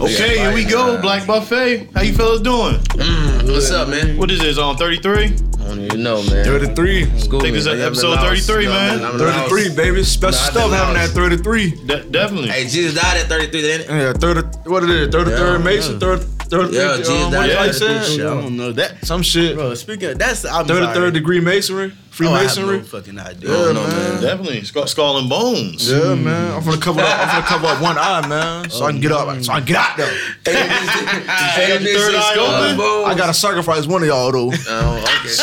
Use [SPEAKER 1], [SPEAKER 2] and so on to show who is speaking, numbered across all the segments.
[SPEAKER 1] Okay, here we go. Black Buffet. How you fellas doing?
[SPEAKER 2] Mm, What's up, man?
[SPEAKER 1] What is this on 33?
[SPEAKER 2] I don't even know, man.
[SPEAKER 3] 33.
[SPEAKER 2] School
[SPEAKER 1] Think
[SPEAKER 2] me,
[SPEAKER 1] it's
[SPEAKER 2] nigga. I've
[SPEAKER 1] episode
[SPEAKER 2] been lost.
[SPEAKER 1] 33,
[SPEAKER 2] I've
[SPEAKER 1] man.
[SPEAKER 2] been- I've been lost.
[SPEAKER 3] 33, baby. Special
[SPEAKER 2] Nah, I
[SPEAKER 3] stuff
[SPEAKER 2] did
[SPEAKER 3] having that
[SPEAKER 2] not.
[SPEAKER 3] 33.
[SPEAKER 1] De- definitely.
[SPEAKER 2] Hey, Jesus died at 33, didn't it?
[SPEAKER 3] Yeah, 30, what it is? 33rd
[SPEAKER 2] Yeah,
[SPEAKER 3] Mason, 33rd.
[SPEAKER 2] Yeah, geez, that-
[SPEAKER 3] um, what you like
[SPEAKER 2] yeah,
[SPEAKER 3] said?
[SPEAKER 2] shit.
[SPEAKER 4] I don't know that.
[SPEAKER 3] Some shit.
[SPEAKER 4] Bro, speaking of, that's I'm
[SPEAKER 3] 33rd
[SPEAKER 4] sorry.
[SPEAKER 3] degree masonry,
[SPEAKER 4] Oh, I have
[SPEAKER 3] Freemasonry.
[SPEAKER 4] no fucking idea.
[SPEAKER 2] I don't know,
[SPEAKER 3] man.
[SPEAKER 2] man.
[SPEAKER 1] Definitely. Skull, skull and Bones.
[SPEAKER 3] yeah,
[SPEAKER 2] Mm.
[SPEAKER 3] man. I'm gonna cover up. I'm gonna cover up one eye, man, so I can get up. So I can get out there.
[SPEAKER 2] Hey,
[SPEAKER 1] Got your third eye open?
[SPEAKER 3] I gotta sacrifice one of y'all though.
[SPEAKER 2] Oh, okay. Shit.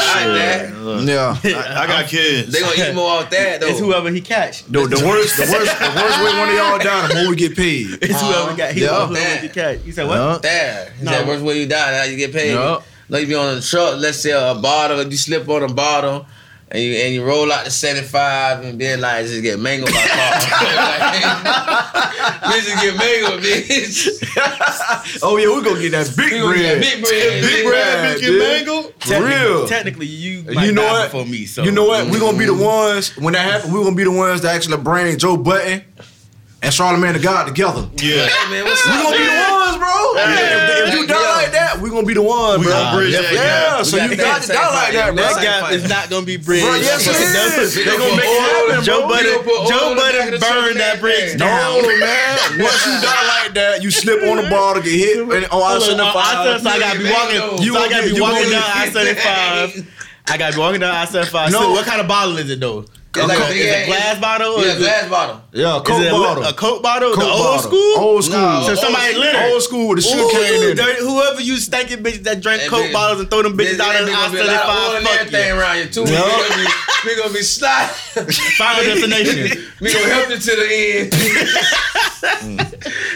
[SPEAKER 3] Yeah.
[SPEAKER 1] I, I got kids.
[SPEAKER 2] They gonna eat more off that, though.
[SPEAKER 3] Oh.
[SPEAKER 4] It's whoever he catch.
[SPEAKER 3] The, the worst, the worst, the worst way one of y'all down, the more we get paid.
[SPEAKER 4] It's whoever got. He
[SPEAKER 3] Uh-huh. yeah.
[SPEAKER 4] yeah. whoever he catch. You said what?
[SPEAKER 3] Yeah.
[SPEAKER 2] There. Is
[SPEAKER 4] No.
[SPEAKER 2] that worst way you die? How you get paid?
[SPEAKER 3] No.
[SPEAKER 2] Like if you on a truck, let's say a bottle, you slip on a bottle. And you, and you roll out to 75 and then like just get mangled by a car. Like, just get mangled, bitch.
[SPEAKER 3] Oh yeah, we gonna get that big
[SPEAKER 2] You gonna get
[SPEAKER 3] bread.
[SPEAKER 2] Big bread.
[SPEAKER 1] Big
[SPEAKER 2] bitch.
[SPEAKER 1] Brad, bitch,
[SPEAKER 3] Yeah,
[SPEAKER 1] and
[SPEAKER 3] dude.
[SPEAKER 1] Mangle.
[SPEAKER 3] For real.
[SPEAKER 4] Technically, you
[SPEAKER 3] You
[SPEAKER 4] might
[SPEAKER 3] know
[SPEAKER 4] die
[SPEAKER 3] what?
[SPEAKER 4] before me. So mm.
[SPEAKER 3] You know what? We gonna be the ones when that happens. We gonna be the ones that actually bring Joe Button and Charlamagne the God together.
[SPEAKER 1] Yeah.
[SPEAKER 2] Hey, man, what's
[SPEAKER 3] We
[SPEAKER 2] up,
[SPEAKER 3] gonna be the
[SPEAKER 2] man?
[SPEAKER 3] ones, bro. If, if you die
[SPEAKER 2] Yeah.
[SPEAKER 3] like that, we gonna be the ones,
[SPEAKER 1] We
[SPEAKER 3] bro.
[SPEAKER 1] gonna bridge
[SPEAKER 3] yeah,
[SPEAKER 1] that gap.
[SPEAKER 3] so
[SPEAKER 2] We
[SPEAKER 3] you
[SPEAKER 2] gotta
[SPEAKER 3] got to
[SPEAKER 2] take
[SPEAKER 3] die
[SPEAKER 2] that
[SPEAKER 3] like that,
[SPEAKER 2] fight.
[SPEAKER 3] bro.
[SPEAKER 4] that
[SPEAKER 2] That's
[SPEAKER 4] guy
[SPEAKER 2] fine.
[SPEAKER 4] is not gonna be bridge.
[SPEAKER 3] Bro, yes, it is. They gonna make it happen,
[SPEAKER 4] Joe
[SPEAKER 3] bro.
[SPEAKER 2] We
[SPEAKER 4] Budden,
[SPEAKER 2] gonna put oil
[SPEAKER 4] Joe
[SPEAKER 2] in the back
[SPEAKER 4] Budden
[SPEAKER 2] of the truck
[SPEAKER 4] burned that
[SPEAKER 2] and
[SPEAKER 4] bridge
[SPEAKER 2] everything.
[SPEAKER 3] No, man. Once you die like that, you slip on the ball to get hit. And, oh, I
[SPEAKER 4] Hold on,
[SPEAKER 3] shouldn't have
[SPEAKER 4] I said,
[SPEAKER 3] fired.
[SPEAKER 4] so I gotta be walking.
[SPEAKER 2] You
[SPEAKER 4] so I gotta
[SPEAKER 3] gonna-
[SPEAKER 4] be
[SPEAKER 3] you
[SPEAKER 4] walking
[SPEAKER 3] gonna-
[SPEAKER 4] down I seventy five. I gotta be walking down I seventy five.
[SPEAKER 3] No.
[SPEAKER 4] So what kind of bottle is it though?
[SPEAKER 2] It's like a big
[SPEAKER 4] Is it
[SPEAKER 2] ass-
[SPEAKER 4] a glass bottle? Or
[SPEAKER 2] Yeah,
[SPEAKER 4] is it,
[SPEAKER 2] glass bottle.
[SPEAKER 3] Yeah,
[SPEAKER 4] is it
[SPEAKER 3] coke
[SPEAKER 4] a,
[SPEAKER 3] bottle.
[SPEAKER 4] a Coke bottle?
[SPEAKER 3] Coke
[SPEAKER 4] the old
[SPEAKER 3] bottle.
[SPEAKER 4] school?
[SPEAKER 3] Old school.
[SPEAKER 2] No,
[SPEAKER 4] So somebody
[SPEAKER 2] old-
[SPEAKER 4] lit it.
[SPEAKER 3] Old school with a sugar
[SPEAKER 4] Ooh,
[SPEAKER 3] cane in it.
[SPEAKER 4] dirty- whoever you stinking bitches that drank
[SPEAKER 2] That
[SPEAKER 4] Coke
[SPEAKER 2] bitch-
[SPEAKER 4] bottles and throw them bitches
[SPEAKER 2] Bitch,
[SPEAKER 4] out
[SPEAKER 2] there
[SPEAKER 4] of the
[SPEAKER 2] gonna be "Oh, a lot of oil
[SPEAKER 4] I
[SPEAKER 2] and
[SPEAKER 4] seventy
[SPEAKER 2] everything
[SPEAKER 4] five.
[SPEAKER 2] around you too. We
[SPEAKER 3] Yeah.
[SPEAKER 2] gonna be- We gonna be sliding.
[SPEAKER 4] Final destination.
[SPEAKER 2] We gonna help you to the end.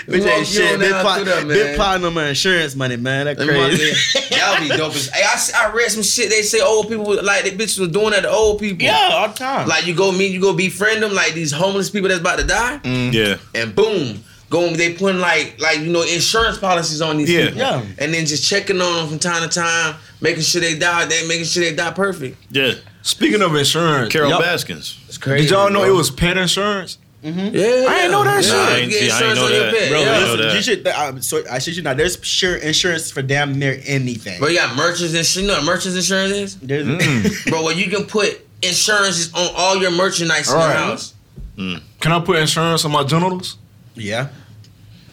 [SPEAKER 2] We walk
[SPEAKER 4] Bitch
[SPEAKER 2] you on
[SPEAKER 4] ain't Mm. shit. Big
[SPEAKER 2] down through
[SPEAKER 4] pot,
[SPEAKER 2] that,
[SPEAKER 4] big
[SPEAKER 2] man.
[SPEAKER 4] pot no more insurance money, man. That
[SPEAKER 2] Them mother-
[SPEAKER 4] crazy.
[SPEAKER 2] Y'all be dope as. Hey, I, s- I read some shit. They say old people like they bitches was doing that to old people.
[SPEAKER 4] Yeah, all the time.
[SPEAKER 2] Like you go meet, you go befriend them, like these homeless people that's about to die,
[SPEAKER 1] Yeah.
[SPEAKER 2] and boom, go they putting like like you know insurance policies on these
[SPEAKER 1] Yeah.
[SPEAKER 2] people,
[SPEAKER 4] Yeah.
[SPEAKER 2] and then just checking on them from time to time, making sure they die, they making sure they die perfect.
[SPEAKER 1] Yeah.
[SPEAKER 3] Speaking of insurance,
[SPEAKER 1] Carol
[SPEAKER 3] y'all-
[SPEAKER 1] Baskins.
[SPEAKER 2] It's crazy.
[SPEAKER 3] did y'all know
[SPEAKER 2] bro.
[SPEAKER 3] it was pet insurance?
[SPEAKER 2] Yeah,
[SPEAKER 4] I ain't know that shit.
[SPEAKER 1] I ain't-
[SPEAKER 2] you get
[SPEAKER 1] see, I ain't
[SPEAKER 2] insurance
[SPEAKER 1] know
[SPEAKER 2] on your
[SPEAKER 1] that.
[SPEAKER 2] pet,
[SPEAKER 4] Bro,
[SPEAKER 1] I
[SPEAKER 2] yeah.
[SPEAKER 1] know
[SPEAKER 4] listen,
[SPEAKER 1] that.
[SPEAKER 4] you should. th- I'm sorry, I shit you not. There's sure insurance for damn near anything.
[SPEAKER 2] Bro, you got merchants and shit. You know what merchants insurance is?
[SPEAKER 4] There's-
[SPEAKER 2] Bro, well, you can put insurances on all your merchandise in
[SPEAKER 3] Right.
[SPEAKER 2] your house.
[SPEAKER 3] Can I put insurance on my genitals?
[SPEAKER 4] yeah.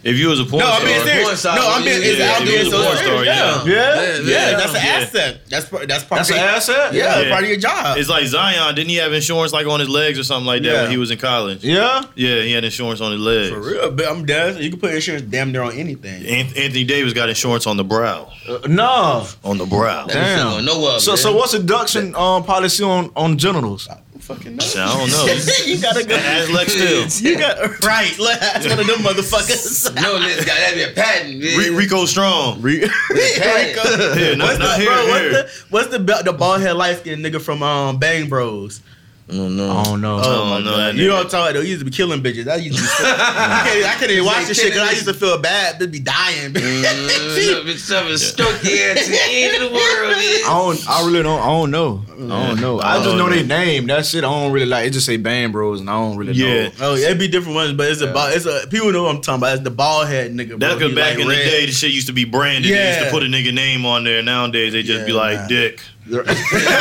[SPEAKER 1] If you was a porn
[SPEAKER 4] No, I'm
[SPEAKER 1] star,
[SPEAKER 4] being
[SPEAKER 2] porn
[SPEAKER 4] serious. No,
[SPEAKER 2] star,
[SPEAKER 4] I'm being.
[SPEAKER 2] yeah,
[SPEAKER 4] It's
[SPEAKER 2] yeah,
[SPEAKER 4] out
[SPEAKER 2] yeah,
[SPEAKER 4] there.
[SPEAKER 2] you
[SPEAKER 4] So
[SPEAKER 2] was a
[SPEAKER 4] it's
[SPEAKER 2] porn
[SPEAKER 4] serious,
[SPEAKER 1] star,
[SPEAKER 4] yeah.
[SPEAKER 1] yeah.
[SPEAKER 4] Yeah, that's an
[SPEAKER 1] Yeah.
[SPEAKER 4] asset. That's part. That's part.
[SPEAKER 3] That's an asset.
[SPEAKER 4] Yeah,
[SPEAKER 1] Yeah.
[SPEAKER 4] part of your job.
[SPEAKER 1] it's like Zion. Didn't he have insurance like on his legs or something like that
[SPEAKER 4] Yeah.
[SPEAKER 1] when he was in college?
[SPEAKER 3] Yeah.
[SPEAKER 1] Yeah, he had insurance on his legs.
[SPEAKER 4] For real, but I'm dead. You can put insurance damn near on anything.
[SPEAKER 1] An- Anthony Davis got insurance on the brow.
[SPEAKER 3] Uh, no.
[SPEAKER 1] On the brow.
[SPEAKER 2] That shit
[SPEAKER 3] Damn.
[SPEAKER 2] going nowhere,
[SPEAKER 3] So,
[SPEAKER 2] man.
[SPEAKER 3] so what's deduction um, policy on on genitals?
[SPEAKER 4] Fucking
[SPEAKER 1] I don't know.
[SPEAKER 4] you gotta go.
[SPEAKER 1] Ask Lex Still.
[SPEAKER 4] You got right. Look, that's one of them motherfuckers.
[SPEAKER 2] No, this guy, that'd be a patent. bitch.
[SPEAKER 1] Re- Rico Strong.
[SPEAKER 4] Rico.
[SPEAKER 1] Yeah, no,
[SPEAKER 4] what's,
[SPEAKER 1] no,
[SPEAKER 4] the,
[SPEAKER 1] here,
[SPEAKER 4] bro,
[SPEAKER 1] here.
[SPEAKER 4] what's the what's the bel- the bald head light skinned nigga from um Bang Bros?
[SPEAKER 2] No, no.
[SPEAKER 3] Oh no.
[SPEAKER 1] Oh,
[SPEAKER 4] my
[SPEAKER 1] no,
[SPEAKER 4] God.
[SPEAKER 1] that
[SPEAKER 4] you know
[SPEAKER 1] nigga.
[SPEAKER 4] what I'm talking about? Though. He used to be killing bitches. I used to. Be so, I can't I can't even watch this shit because I used to feel bad. They'd be dying.
[SPEAKER 1] Mm-hmm.
[SPEAKER 4] bitch.
[SPEAKER 2] It's up and stuck there to the end of the world.
[SPEAKER 3] I
[SPEAKER 2] man.
[SPEAKER 3] don't. I really don't. I don't know. I don't know. I,
[SPEAKER 1] I
[SPEAKER 3] just
[SPEAKER 1] don't
[SPEAKER 3] know
[SPEAKER 1] know.
[SPEAKER 3] their name. That's it. I don't really like. It just say Band Bros, and I don't really
[SPEAKER 1] Yeah.
[SPEAKER 3] know.
[SPEAKER 4] Oh, yeah, it'd be different ones, but it's about it's a people know what I'm talking about. It's the bald head nigga.
[SPEAKER 1] That's
[SPEAKER 4] bro.
[SPEAKER 1] because
[SPEAKER 4] He
[SPEAKER 1] back
[SPEAKER 4] like
[SPEAKER 1] in
[SPEAKER 4] red.
[SPEAKER 1] the day, the shit used to be branded. They used to
[SPEAKER 4] Yeah.
[SPEAKER 1] put a nigga name on there. Nowadays, they just be
[SPEAKER 4] Yeah,
[SPEAKER 1] like
[SPEAKER 4] nah.
[SPEAKER 1] Dick.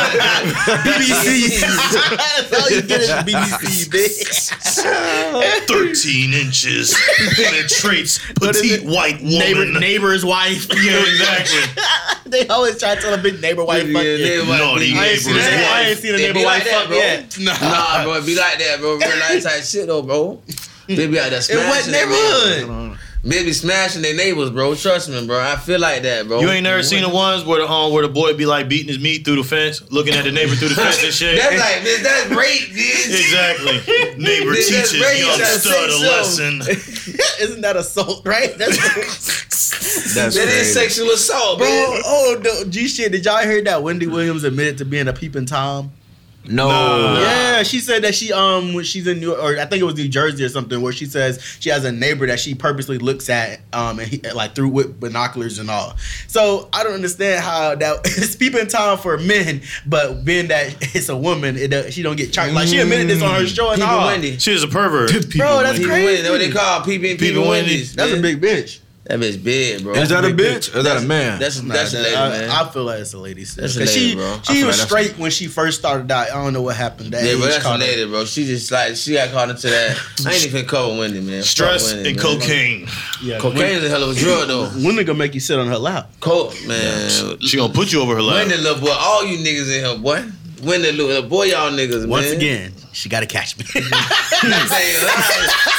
[SPEAKER 4] BBC. That's all you get is BBC, bitch.
[SPEAKER 1] 13 inches penetrates petite white woman.
[SPEAKER 4] Neighbor, neighbor's wife.
[SPEAKER 1] Yeah, exactly.
[SPEAKER 4] they always try to tell a big neighbor wife
[SPEAKER 2] Yeah,
[SPEAKER 4] fuck you.
[SPEAKER 2] they like-
[SPEAKER 1] Naughty
[SPEAKER 4] I
[SPEAKER 1] neighbor's
[SPEAKER 4] ain't seen that. I ain't
[SPEAKER 1] wife.
[SPEAKER 4] seen a
[SPEAKER 2] They
[SPEAKER 4] neighbor
[SPEAKER 2] be
[SPEAKER 4] wife
[SPEAKER 2] like that,
[SPEAKER 4] fuck
[SPEAKER 2] bro.
[SPEAKER 4] yet.
[SPEAKER 2] Nah, bro, it be like that, bro. Real life type shit, though, bro. They be out there
[SPEAKER 4] In
[SPEAKER 2] smashing.
[SPEAKER 4] what
[SPEAKER 2] their
[SPEAKER 4] neighborhood?
[SPEAKER 2] neighbors. They be smashing their neighbors, bro. Trust me, bro. I feel like that, bro.
[SPEAKER 1] You ain't never seen the
[SPEAKER 4] Oh,
[SPEAKER 1] ones where the um, where the boy be like beating his meat through the fence, looking at the neighbor through the fence and shit.
[SPEAKER 2] That's like, bitch, that's rape, bitch.
[SPEAKER 1] exactly. Neighbor
[SPEAKER 2] Nigga, that's
[SPEAKER 1] teaches
[SPEAKER 2] right, you
[SPEAKER 1] young
[SPEAKER 2] gotta
[SPEAKER 1] stud a
[SPEAKER 2] say so.
[SPEAKER 1] lesson.
[SPEAKER 4] Isn't that assault, right? That's
[SPEAKER 3] That's
[SPEAKER 2] That is
[SPEAKER 3] crazy.
[SPEAKER 2] sexual assault,
[SPEAKER 4] bro.
[SPEAKER 2] bro.
[SPEAKER 4] Oh, no, G shit. Did y'all hear that? Wendy Williams admitted to being a peeping tom.
[SPEAKER 3] No.
[SPEAKER 1] Nah.
[SPEAKER 4] Yeah, she said that she um when she's in New or I think it was New Jersey or something where she says she has a neighbor that she purposely looks at um and he, like through with binoculars and all. So I don't understand how that it's peeping time for men, but being that it's a woman, it don't- she don't get charged. Like she admitted this on her show and
[SPEAKER 2] Peeping
[SPEAKER 4] all.
[SPEAKER 2] Wendy.
[SPEAKER 1] She is a pervert.
[SPEAKER 3] People
[SPEAKER 4] Bro,
[SPEAKER 3] like-
[SPEAKER 4] that's
[SPEAKER 2] Peeping
[SPEAKER 4] Crazy.
[SPEAKER 2] Wendy. That's what they call peeping, peeping
[SPEAKER 1] Wendy.
[SPEAKER 2] Wendy's.
[SPEAKER 4] That's a
[SPEAKER 2] bitch.
[SPEAKER 4] big bitch.
[SPEAKER 2] That bitch big, bro.
[SPEAKER 3] Is that a bitch? Or is that a man?
[SPEAKER 2] That's
[SPEAKER 4] Nah,
[SPEAKER 2] that's
[SPEAKER 4] that-
[SPEAKER 2] lady,
[SPEAKER 4] I,
[SPEAKER 2] man.
[SPEAKER 4] I feel like it's a lady. still.
[SPEAKER 2] That's a
[SPEAKER 4] 'Cause
[SPEAKER 2] lady,
[SPEAKER 4] she,
[SPEAKER 2] bro. I
[SPEAKER 4] She
[SPEAKER 3] feel
[SPEAKER 4] was
[SPEAKER 3] like that's-
[SPEAKER 4] straight when she first started out. I don't know what happened. That
[SPEAKER 2] yeah,
[SPEAKER 4] age
[SPEAKER 2] but that's a
[SPEAKER 4] caught her.
[SPEAKER 2] lady, bro. She just like she got caught into that. I ain't even cover Wendy, man. Fuck
[SPEAKER 1] Stress
[SPEAKER 2] Wendy,
[SPEAKER 1] and
[SPEAKER 2] man.
[SPEAKER 1] cocaine.
[SPEAKER 4] Yeah,
[SPEAKER 2] Cocaine is a hell of a drug though.
[SPEAKER 4] When nigga make you sit on her lap?
[SPEAKER 2] Coke, man.
[SPEAKER 1] She gonna put you over her lap.
[SPEAKER 2] Wendy, little boy, all you niggas in here, boy. Wendy, little boy, y'all niggas,
[SPEAKER 4] Once
[SPEAKER 2] man.
[SPEAKER 4] again, she gotta catch me.
[SPEAKER 2] Say lies.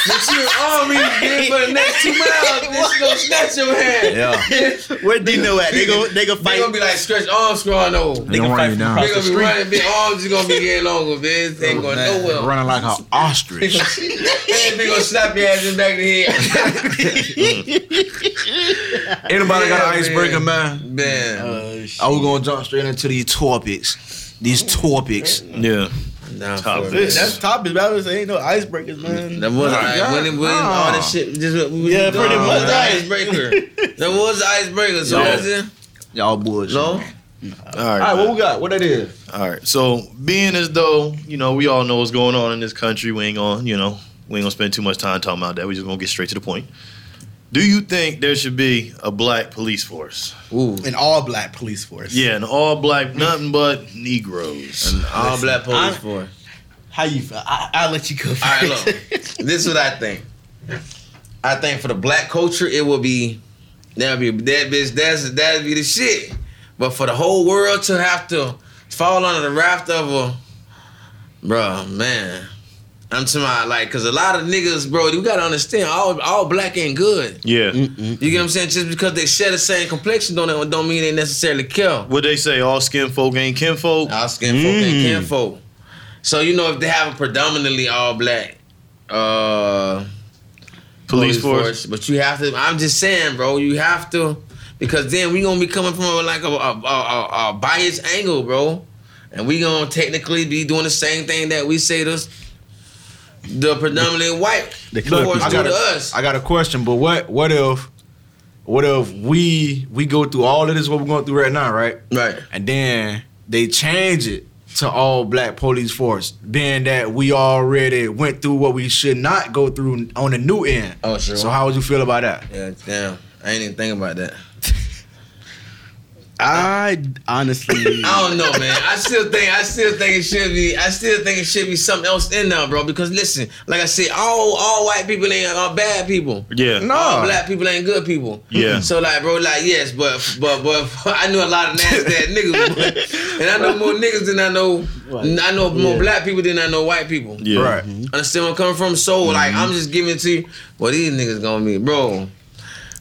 [SPEAKER 2] But you already good for the next two miles. This gonna snatch your hand.
[SPEAKER 3] Yeah.
[SPEAKER 4] Where Dino at? They go, they go
[SPEAKER 2] They
[SPEAKER 4] fight.
[SPEAKER 2] gonna be like stretch arms scrawling over.
[SPEAKER 3] They gonna run you down.
[SPEAKER 2] They gonna be running, big arms is gonna be getting longer, bitch. They ain't going nowhere.
[SPEAKER 3] Running like an ostrich.
[SPEAKER 2] And they gonna slap your ass in the back of the head.
[SPEAKER 3] Anybody got an
[SPEAKER 2] Yeah,
[SPEAKER 3] icebreaker,
[SPEAKER 2] man.
[SPEAKER 3] man?
[SPEAKER 2] Man.
[SPEAKER 4] Uh, sh-
[SPEAKER 3] I was gonna jump straight into these topics. These topics.
[SPEAKER 1] yeah.
[SPEAKER 2] Nah,
[SPEAKER 1] Top
[SPEAKER 2] for
[SPEAKER 1] bitch.
[SPEAKER 2] real.
[SPEAKER 4] that's topic. That was ain't no icebreakers, man.
[SPEAKER 2] That was all right.
[SPEAKER 3] yeah.
[SPEAKER 2] When it was all that shit, just what we
[SPEAKER 4] Yeah,
[SPEAKER 2] was doing.
[SPEAKER 4] pretty
[SPEAKER 2] That
[SPEAKER 4] much.
[SPEAKER 2] was the icebreaker. that was the icebreaker. So
[SPEAKER 3] Yeah.
[SPEAKER 2] that's it.
[SPEAKER 3] Y'all bullshit.
[SPEAKER 2] No,
[SPEAKER 1] All
[SPEAKER 3] All
[SPEAKER 1] right.
[SPEAKER 3] right, what we got? What that is?
[SPEAKER 1] All right. So being as though you know we all know what's going on in this country, we ain't gonna you know we ain't gonna spend too much time talking about that. We just gonna get straight to the point. Do you think there should be a black police force?
[SPEAKER 2] ooh,
[SPEAKER 4] An all black police force.
[SPEAKER 1] Yeah, an all black, nothing but Negroes.
[SPEAKER 2] all black police
[SPEAKER 4] I-
[SPEAKER 2] force.
[SPEAKER 4] How you feel? I, I'll let you go. First.
[SPEAKER 2] All right, look. this is what I think. I think for the black culture, it will be that'd be that bitch. That's that'd be the shit. But for the whole world to have to fall under the raft of a, bro, man. I'm talking about like, cause a lot of niggas, bro. You gotta understand, all all black ain't good.
[SPEAKER 1] Yeah.
[SPEAKER 2] You get what I'm saying? Just because they share the same complexion don't don't mean they necessarily kill.
[SPEAKER 1] What they say? All skin folk ain't kin folk.
[SPEAKER 2] All skin folk and kin folk. So you know if they have a predominantly all black uh
[SPEAKER 1] Police force.
[SPEAKER 2] but you have to. I'm just saying, bro, you have to because then we gonna be coming from like a, a, a, a- a biased angle, bro, and we gonna technically be doing the same thing that we say to s- the predominantly white
[SPEAKER 3] Look,
[SPEAKER 2] force
[SPEAKER 3] I
[SPEAKER 2] do
[SPEAKER 3] got,
[SPEAKER 2] to
[SPEAKER 3] a,
[SPEAKER 2] us.
[SPEAKER 3] I got a question, but what what if what if we we go through all of this what we're going through right now, right?
[SPEAKER 2] right.
[SPEAKER 3] And then they change it to all black police force, being that we already went through what we should not go through on the new end.
[SPEAKER 2] Oh, sure.
[SPEAKER 3] So how would you feel about that?
[SPEAKER 2] Yeah, damn. I ain't even think about that.
[SPEAKER 4] I honestly,
[SPEAKER 2] I don't know, man. I still think I still think it should be I still think it should be something else in there, bro. Because listen, like I said, all all white people ain't are bad people.
[SPEAKER 1] Yeah.
[SPEAKER 3] No.
[SPEAKER 2] All black people ain't good people.
[SPEAKER 1] Yeah.
[SPEAKER 2] So like, bro, like yes, but but but I knew a lot of nasty ass niggas, but- and I know more niggas than I know. I know more black people than I know white people.
[SPEAKER 1] Yeah. Mm-hmm.
[SPEAKER 3] Right.
[SPEAKER 2] Understand where I'm coming from? So like, I'm just giving it to you. Well, these niggas gonna be, bro.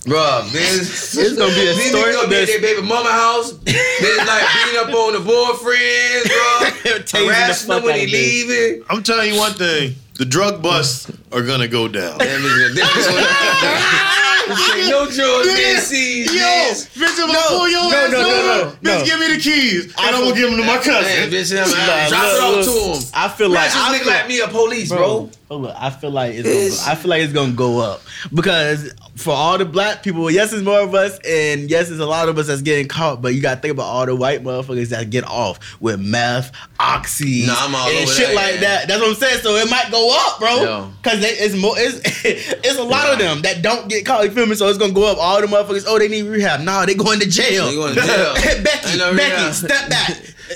[SPEAKER 2] Bro, this
[SPEAKER 4] It's gonna be a
[SPEAKER 2] these
[SPEAKER 4] story
[SPEAKER 2] Niggas gonna be at
[SPEAKER 4] that's-
[SPEAKER 2] their baby mama house. They like beating up on the boyfriends,
[SPEAKER 4] Tasing
[SPEAKER 2] bro.
[SPEAKER 4] the
[SPEAKER 2] Harassing
[SPEAKER 4] fuck
[SPEAKER 2] them when
[SPEAKER 4] out
[SPEAKER 2] he
[SPEAKER 4] of this.
[SPEAKER 2] leaving.
[SPEAKER 1] I'm telling you one thing. The drug busts are gonna go down.
[SPEAKER 2] That niggas gonna- that niggas gonna- This ain't no drugs, DCs, yes.
[SPEAKER 1] bitch, I'm gonna pull your
[SPEAKER 4] no, no, no,
[SPEAKER 1] over,
[SPEAKER 4] no, no.
[SPEAKER 1] me the keys, and I'm gonna give them to my
[SPEAKER 2] Man, bitch, I'm out. Drop it off to him.
[SPEAKER 4] I feel like
[SPEAKER 2] Like,
[SPEAKER 4] I
[SPEAKER 2] nigga
[SPEAKER 4] feel-
[SPEAKER 2] like me a police, bro.
[SPEAKER 4] bro. Hold up, I feel like it's
[SPEAKER 2] It's-
[SPEAKER 4] gonna, I feel like it's gonna go up because for all the black people, yes, it's more of us, and yes, it's a lot of us that's getting caught. But you gotta think about all the white motherfuckers that get off with meth, oxy,
[SPEAKER 2] Nah, I'm all
[SPEAKER 4] and
[SPEAKER 2] over
[SPEAKER 4] shit
[SPEAKER 2] that,
[SPEAKER 4] like
[SPEAKER 2] yeah.
[SPEAKER 4] that. That's what I'm saying. So it might go up,
[SPEAKER 2] Yeah.
[SPEAKER 4] bro, because it's more. It's it's a lot of them that don't get caught. You feel me? So it's gonna go up. All the motherfuckers. Oh, they need rehab. Nah, they going to jail.
[SPEAKER 2] They going to jail.
[SPEAKER 4] Becky,
[SPEAKER 2] Ain't no
[SPEAKER 4] Becky,
[SPEAKER 2] rehab.
[SPEAKER 4] step back.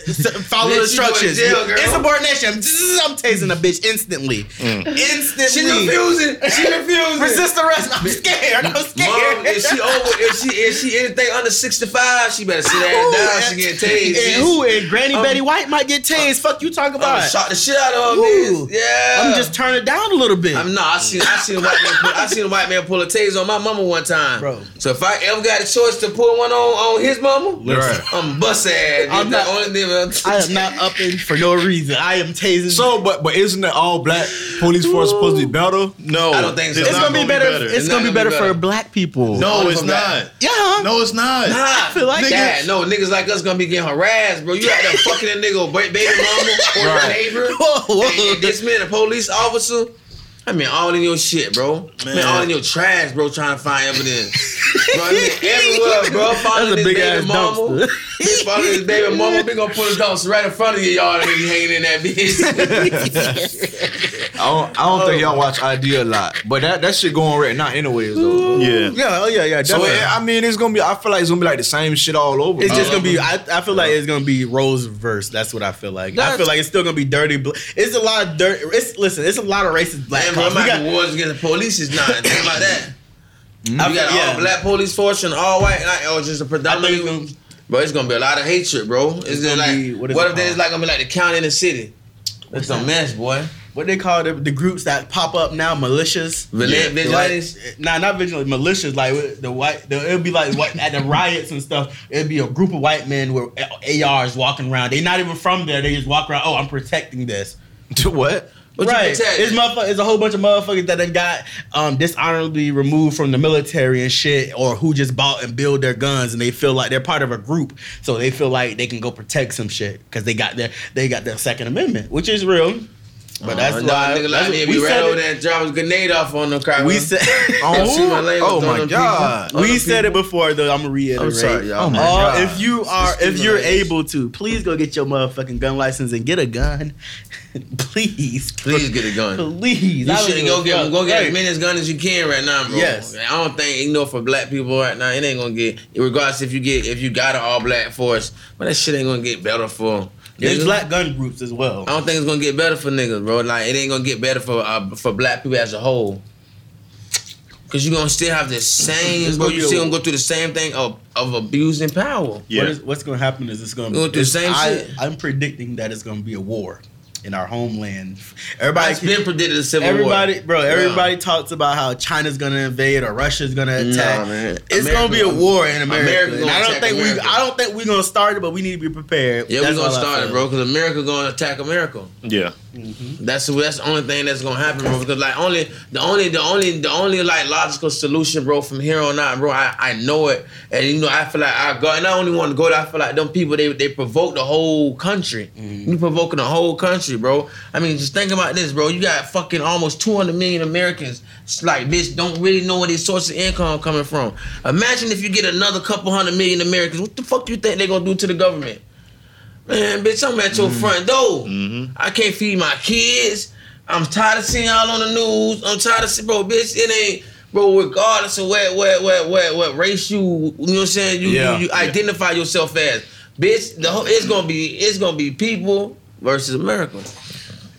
[SPEAKER 4] S-
[SPEAKER 2] Bitch, you
[SPEAKER 4] Follow
[SPEAKER 2] going to
[SPEAKER 4] instructions.
[SPEAKER 2] jail, girl.
[SPEAKER 4] It's a insubordination. I'm, zzz, I'm tasing a bitch instantly.
[SPEAKER 2] She
[SPEAKER 4] Instantly.
[SPEAKER 2] refusing. She refusing.
[SPEAKER 4] Resist arrest. I'm scared. I'm scared.
[SPEAKER 2] Mom, if she over, if she if she anything under sixty five, she better sit there
[SPEAKER 4] Who-
[SPEAKER 2] and down. She getting tased.
[SPEAKER 4] And
[SPEAKER 2] bitch.
[SPEAKER 4] who? And Granny
[SPEAKER 2] Um,
[SPEAKER 4] Betty White might get tased. Fuck you
[SPEAKER 2] I'm
[SPEAKER 4] talking about.
[SPEAKER 2] shot the shit out of her,
[SPEAKER 4] Ooh.
[SPEAKER 2] bitch. Yeah.
[SPEAKER 4] I'm just turning it down a little bit.
[SPEAKER 2] I'm not. I seen. I seen a white man. Pull, I seen a white man pull a taser on my mama one time.
[SPEAKER 4] Bro.
[SPEAKER 2] So if I ever got a choice to pull one on on his mama,
[SPEAKER 3] Listen.
[SPEAKER 2] I'm bust ass.
[SPEAKER 4] I'm
[SPEAKER 2] I'm
[SPEAKER 4] not-
[SPEAKER 2] not only thing. I'm-
[SPEAKER 4] I am not upping for no reason. I am tasing.
[SPEAKER 3] So, but but isn't the all black police force supposed to be better?
[SPEAKER 1] No,
[SPEAKER 2] I don't think so.
[SPEAKER 1] it's,
[SPEAKER 4] it's
[SPEAKER 1] not
[SPEAKER 4] gonna be better. It's gonna be better for black people.
[SPEAKER 1] no, it's
[SPEAKER 2] Only for black.
[SPEAKER 1] not.
[SPEAKER 4] Yeah.
[SPEAKER 1] No, it's not.
[SPEAKER 2] Nah,
[SPEAKER 4] I feel like
[SPEAKER 2] nigga,
[SPEAKER 4] that.
[SPEAKER 2] No, niggas like us gonna be getting harassed, bro. You out there fucking a nigga, ba- baby mama, or
[SPEAKER 3] Right.
[SPEAKER 2] neighbor,
[SPEAKER 4] Whoa, whoa.
[SPEAKER 2] and this man, a police officer. I mean, all in your shit, bro. Man,
[SPEAKER 1] Man.
[SPEAKER 2] all in your trash, bro. Trying to find evidence. everywhere, bro. Following his
[SPEAKER 4] That's a big
[SPEAKER 2] baby
[SPEAKER 4] ass
[SPEAKER 2] mama.
[SPEAKER 4] dumpster.
[SPEAKER 2] He following his baby mama. We gonna put a dumpster right in front of your yard and he hanging in that bitch.
[SPEAKER 3] I don't, I don't think y'all watch ID a lot, but that, that shit going right now, anyways though.
[SPEAKER 1] Yeah.
[SPEAKER 4] Yeah, oh yeah, yeah.
[SPEAKER 3] So
[SPEAKER 4] definitely.
[SPEAKER 3] yeah, I mean, it's gonna be. I feel like it's gonna be like the same shit all over.
[SPEAKER 4] It's just
[SPEAKER 2] Uh,
[SPEAKER 3] bro.
[SPEAKER 4] gonna be.
[SPEAKER 2] um,
[SPEAKER 4] I, I feel like it's gonna be Rose verse. That's what I feel like. I
[SPEAKER 3] That's-
[SPEAKER 4] feel like it's still gonna be dirty. bl- It's a lot of dirt. It's listen. It's a lot of racist black.
[SPEAKER 2] Man, bro, I'm
[SPEAKER 4] cops. We
[SPEAKER 2] at
[SPEAKER 4] got- Mm-hmm.
[SPEAKER 2] wars against the police is not think about that. You got
[SPEAKER 4] yeah.
[SPEAKER 2] all black police force and all white, and I- or just a predominantly. Bro, it's gonna be a lot of hatred, bro. It's, gonna like,
[SPEAKER 4] be-
[SPEAKER 2] what,
[SPEAKER 4] what is it
[SPEAKER 2] if there's
[SPEAKER 4] called?
[SPEAKER 2] like gonna be like the county and the city? It's a mess, boy.
[SPEAKER 4] what they call the, the groups that pop up now, militias.
[SPEAKER 2] Vigil- Vigilantes.
[SPEAKER 4] Like, nah, not vigilantes, militias. Like the white, the, it'll be like white, at the riots and stuff. It'll be a group of white men with ARs walking around. They're not even from there. They just walk around. Oh, I'm protecting this.
[SPEAKER 3] to what?
[SPEAKER 2] What you
[SPEAKER 4] right.
[SPEAKER 2] protect?
[SPEAKER 4] It's, motherfuck- it's a whole bunch of motherfuckers that have got um, dishonorably removed from the military and shit, or who just bought and build their guns, and they feel like they're part of a group, so they feel like they can go protect some shit because they got their they got their Second Amendment, which is real. But that's
[SPEAKER 2] Uh, nah,
[SPEAKER 4] why
[SPEAKER 2] nigga,
[SPEAKER 4] that's
[SPEAKER 2] like
[SPEAKER 4] what-
[SPEAKER 2] me,
[SPEAKER 4] we
[SPEAKER 2] we ran
[SPEAKER 4] said
[SPEAKER 2] over
[SPEAKER 4] it-
[SPEAKER 2] there and dropped a grenade off on the car.
[SPEAKER 4] we said
[SPEAKER 2] see my language
[SPEAKER 3] oh
[SPEAKER 2] on
[SPEAKER 3] my
[SPEAKER 2] them
[SPEAKER 3] god.
[SPEAKER 4] we said it before though. I'm gonna reiterate.
[SPEAKER 2] I'm sorry, y'all.
[SPEAKER 3] Oh my
[SPEAKER 4] Uh,
[SPEAKER 3] god.
[SPEAKER 4] if you are, if
[SPEAKER 2] Excuse
[SPEAKER 4] you're
[SPEAKER 2] my language.
[SPEAKER 4] able to, please go get your motherfucking gun license and get a gun, please.
[SPEAKER 2] Please get a gun.
[SPEAKER 4] Please,
[SPEAKER 2] You
[SPEAKER 4] I don't
[SPEAKER 2] should
[SPEAKER 4] give
[SPEAKER 2] go
[SPEAKER 4] a
[SPEAKER 2] get
[SPEAKER 4] fuck.
[SPEAKER 2] go get
[SPEAKER 4] Right.
[SPEAKER 2] as many as guns as you can right now, bro.
[SPEAKER 4] Yes.
[SPEAKER 2] I don't think you know for black people right now, it ain't gonna get regardless if you get if you got an all black force, but that shit ain't gonna get better for
[SPEAKER 4] There's
[SPEAKER 2] niggas.
[SPEAKER 4] black gun groups as well.
[SPEAKER 2] I don't think it's gonna get better for niggas, bro. Like it ain't gonna get better for uh, for black people as a whole. Cause you're gonna still have the same, bro.
[SPEAKER 4] gonna
[SPEAKER 2] You
[SPEAKER 4] be a-
[SPEAKER 2] still gonna go through the same thing of of abusing power.
[SPEAKER 1] Yeah.
[SPEAKER 4] What is, what's going to happen is it's going
[SPEAKER 2] We're
[SPEAKER 4] to
[SPEAKER 2] gonna do the same shit.
[SPEAKER 4] I'm predicting that it's going to be a war in our homeland.
[SPEAKER 2] But
[SPEAKER 4] Everybody,
[SPEAKER 2] it's been predicted a civil
[SPEAKER 4] everybody,
[SPEAKER 2] war.
[SPEAKER 4] bro. Everybody talks about how China's going to invade or Russia's going to attack.
[SPEAKER 2] man.
[SPEAKER 4] It's going to be a
[SPEAKER 2] America-
[SPEAKER 4] war in America.
[SPEAKER 2] America
[SPEAKER 4] and I
[SPEAKER 2] gonna
[SPEAKER 4] don't
[SPEAKER 2] attack
[SPEAKER 4] think
[SPEAKER 2] America.
[SPEAKER 4] we, I don't think we're going to start it, but we need to be prepared.
[SPEAKER 2] Yeah,
[SPEAKER 4] That's
[SPEAKER 2] we gonna
[SPEAKER 4] all I
[SPEAKER 2] start it,
[SPEAKER 4] feel.
[SPEAKER 2] bro. Cause America gonna attack America.
[SPEAKER 1] Yeah.
[SPEAKER 2] That's that's the only thing that's gonna happen, bro. Because like only the only the only the only like logical solution, bro, from here on out, bro. I, I know it, and you know I feel like I got. And I only want to go. There, I feel like them people they they provoke the whole country. You provoking the whole country, bro. I mean, just think about this, bro. You got fucking almost two hundred million Americans. It's like bitch, don't really know where their source of income coming from. Imagine if you get another couple hundred million Americans. What the fuck do you think they gonna do to the government? Man, bitch, I'm at your
[SPEAKER 1] Mm-hmm.
[SPEAKER 2] front door.
[SPEAKER 1] Mhm.
[SPEAKER 2] I can't feed my kids. I'm tired of seeing y'all on the news. I'm tired of seeing, bro, bitch, it ain't, bro, regardless of what, what, what, what, what race you, you know what I'm saying, you,
[SPEAKER 3] Yeah.
[SPEAKER 2] you, you identify yourself as. Bitch, the whole, it's gonna be, it's gonna be people versus America.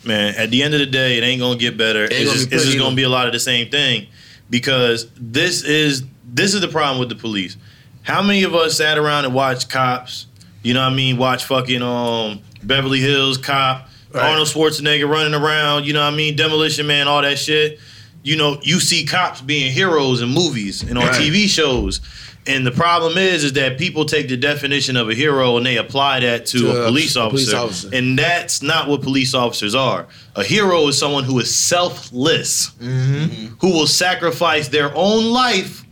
[SPEAKER 1] man, at the end of the day, it ain't gonna get better. It's
[SPEAKER 2] gonna
[SPEAKER 1] just,
[SPEAKER 2] be
[SPEAKER 1] it's just
[SPEAKER 2] pretty.
[SPEAKER 1] gonna be a lot of the same thing because this is this is the problem with the police. How many of us sat around and watched cops? You know what I mean? Watch fucking um Beverly Hills Cop, Arnold Schwarzenegger running around. You know what I mean? Demolition Man, all that shit. You know, you see cops being heroes in movies and on TV shows. And the problem is, is that people take the definition of a hero and they apply that to,
[SPEAKER 2] To
[SPEAKER 1] a
[SPEAKER 2] a
[SPEAKER 1] police officer,
[SPEAKER 2] police officer.
[SPEAKER 1] and that's not what police officers are. A hero is someone who is selfless, who will sacrifice their own life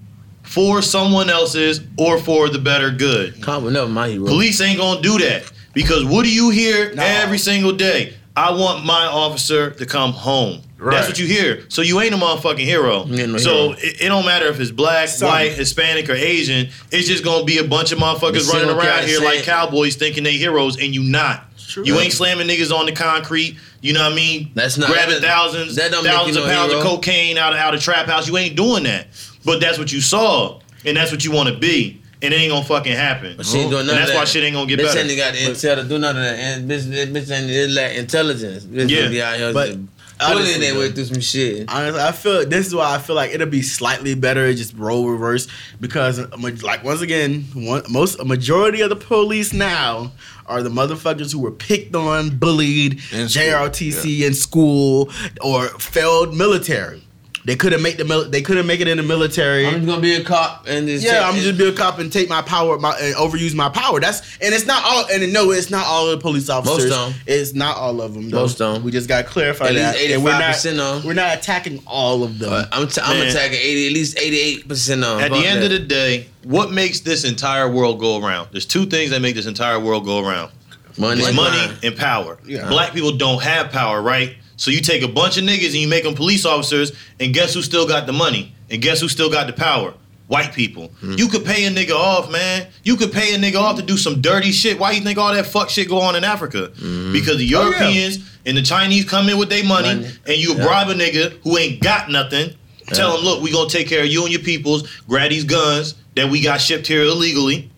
[SPEAKER 1] for someone else's or for the better good.
[SPEAKER 2] Common up, my hero.
[SPEAKER 1] Police ain't gonna do that because what do you hear
[SPEAKER 4] Nah.
[SPEAKER 1] every single day? I want my officer to come home.
[SPEAKER 3] Right.
[SPEAKER 1] That's what you hear. So you ain't a motherfucking hero.
[SPEAKER 2] You ain't no
[SPEAKER 1] so
[SPEAKER 2] hero.
[SPEAKER 1] It, it don't matter if it's black,
[SPEAKER 4] Sorry.
[SPEAKER 1] white, Hispanic, or Asian. It's just gonna be a bunch of
[SPEAKER 2] But
[SPEAKER 1] motherfuckers
[SPEAKER 2] see
[SPEAKER 1] running
[SPEAKER 2] what
[SPEAKER 1] around
[SPEAKER 2] Kyle
[SPEAKER 1] here
[SPEAKER 2] said.
[SPEAKER 1] like cowboys thinking they heroes, and you not.
[SPEAKER 4] True.
[SPEAKER 1] You ain't slamming niggas on the concrete. You know what I mean?
[SPEAKER 2] That's not-
[SPEAKER 1] grabbing
[SPEAKER 2] that-
[SPEAKER 1] thousands,
[SPEAKER 2] that don't make
[SPEAKER 1] thousands
[SPEAKER 2] you
[SPEAKER 1] of
[SPEAKER 2] no
[SPEAKER 1] pounds of
[SPEAKER 2] hero.
[SPEAKER 1] cocaine out of out of trap house. You ain't doing that. But that's what you saw, and that's what you want to be, and it ain't gonna fucking happen.
[SPEAKER 2] But she ain't doing
[SPEAKER 1] And
[SPEAKER 2] none
[SPEAKER 1] that's
[SPEAKER 2] of that.
[SPEAKER 1] why shit ain't gonna get
[SPEAKER 2] bitch
[SPEAKER 1] better.
[SPEAKER 2] ain't got the intel to do none of that. And bitch, bitch, bitch ain't it lack intelligence. Bitch
[SPEAKER 1] Yeah.
[SPEAKER 2] yeah. be out here
[SPEAKER 4] But
[SPEAKER 2] just
[SPEAKER 4] honestly,
[SPEAKER 2] bullying their way
[SPEAKER 4] though.
[SPEAKER 2] through some shit.
[SPEAKER 4] Honestly, I feel this is why I feel like it'll be slightly better, just roll reverse, because a ma- like once again, one, most a majority of the police now are the motherfuckers who were picked on, bullied,
[SPEAKER 3] In school,
[SPEAKER 4] JROTC in school, or failed military. They couldn't make the mil- they couldn't make it in the military.
[SPEAKER 2] I'm just gonna be a cop and just
[SPEAKER 4] yeah,
[SPEAKER 2] take-
[SPEAKER 4] I'm just be a cop and take my power, my and overuse my power. That's and it's not all and no, it's not all of the police officers.
[SPEAKER 2] don't.
[SPEAKER 4] It's not all of them. Though.
[SPEAKER 2] Most don't.
[SPEAKER 4] We just got to clarify
[SPEAKER 2] At
[SPEAKER 4] that.
[SPEAKER 2] least
[SPEAKER 4] and we're not
[SPEAKER 2] 85% of 'em.
[SPEAKER 4] we're not attacking all of them.
[SPEAKER 2] But I'm, t- I'm
[SPEAKER 1] Man.
[SPEAKER 2] attacking 80, at least 88 percent of.
[SPEAKER 1] At the end of the day, what makes this entire world go around? There's two things that make this entire world go around.
[SPEAKER 2] the money,
[SPEAKER 1] It's money
[SPEAKER 2] crime.
[SPEAKER 1] and power.
[SPEAKER 4] Yeah.
[SPEAKER 1] Black people don't have power, right? So you take a bunch of niggas and you make them police officers, and guess who still got the money? And guess who still got the power? white people. You could pay a nigga off, man. You could pay a nigga off to do some dirty shit. Why you think all that fuck shit go on in Africa? Because the
[SPEAKER 4] Oh, yeah.
[SPEAKER 1] Europeans and the Chinese come in with their money,
[SPEAKER 2] Money.
[SPEAKER 1] and you
[SPEAKER 2] Yeah.
[SPEAKER 1] bribe a nigga who ain't got nothing. Tell him, look, we gonna take care of you and your peoples. Grab these guns that we got shipped here illegally,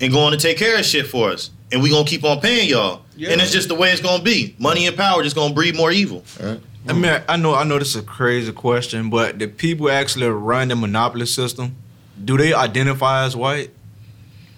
[SPEAKER 1] and go on and take care of shit for us. And we gonna keep on paying y'all.
[SPEAKER 4] Yeah.
[SPEAKER 1] And it's just the way it's gonna be. Money and power just gonna breed more evil.
[SPEAKER 3] I mean, I know, I know this is a crazy question, but the people who actually run the monopoly system, do they identify as white,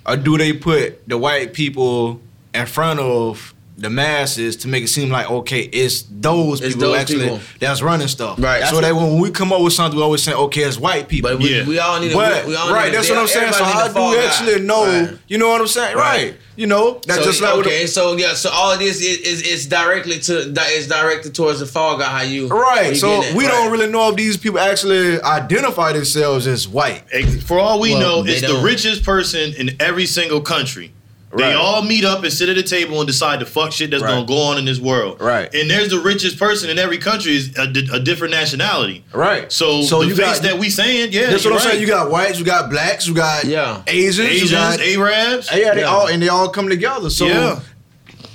[SPEAKER 3] or do they put the white people in front of the masses to make it seem like okay, it's those
[SPEAKER 2] It's
[SPEAKER 3] people
[SPEAKER 2] those
[SPEAKER 3] actually
[SPEAKER 2] people.
[SPEAKER 3] that's running stuff,
[SPEAKER 2] Right.
[SPEAKER 3] So that when we come up with something, we always say okay, it's white people.
[SPEAKER 2] But we,
[SPEAKER 1] Yeah.
[SPEAKER 2] we all need. a,
[SPEAKER 3] But
[SPEAKER 2] we, we all
[SPEAKER 3] right,
[SPEAKER 2] need a-
[SPEAKER 3] that's what I'm saying. So
[SPEAKER 2] everybody
[SPEAKER 3] how
[SPEAKER 2] need a fall
[SPEAKER 3] do you
[SPEAKER 2] guy.
[SPEAKER 3] actually know?
[SPEAKER 2] Right.
[SPEAKER 3] You know what I'm saying? Right.
[SPEAKER 2] Right.
[SPEAKER 3] You know that's
[SPEAKER 2] so,
[SPEAKER 3] just like with the-
[SPEAKER 2] okay, so yeah, so all this is is, is directly to that is directed towards the fall guy. How you how
[SPEAKER 3] right.
[SPEAKER 2] you
[SPEAKER 3] So
[SPEAKER 2] getting it,
[SPEAKER 3] we
[SPEAKER 2] right.
[SPEAKER 3] don't really know if these people actually identify themselves as white.
[SPEAKER 1] Ex- For all we
[SPEAKER 2] Well,
[SPEAKER 1] know,
[SPEAKER 2] they
[SPEAKER 1] it's
[SPEAKER 2] don't.
[SPEAKER 1] the richest person in every single country. They
[SPEAKER 3] Right.
[SPEAKER 1] all meet up and sit at a table and decide the fuck shit that's
[SPEAKER 3] Right.
[SPEAKER 1] gonna go on in this world.
[SPEAKER 3] Right.
[SPEAKER 1] And there's the richest person in every country is a, di- a different nationality.
[SPEAKER 3] Right.
[SPEAKER 1] So,
[SPEAKER 3] so
[SPEAKER 1] the
[SPEAKER 3] you
[SPEAKER 1] face
[SPEAKER 3] got
[SPEAKER 1] that we saying, yeah,
[SPEAKER 3] That's
[SPEAKER 1] you're
[SPEAKER 3] what I'm saying.
[SPEAKER 1] right.
[SPEAKER 3] You got whites, you got blacks, you got
[SPEAKER 2] Yeah.
[SPEAKER 3] Asians, you
[SPEAKER 1] Asians,
[SPEAKER 3] got-
[SPEAKER 1] Arabs.
[SPEAKER 3] yeah, they
[SPEAKER 2] Yeah.
[SPEAKER 3] all and they all come together. So
[SPEAKER 1] Yeah.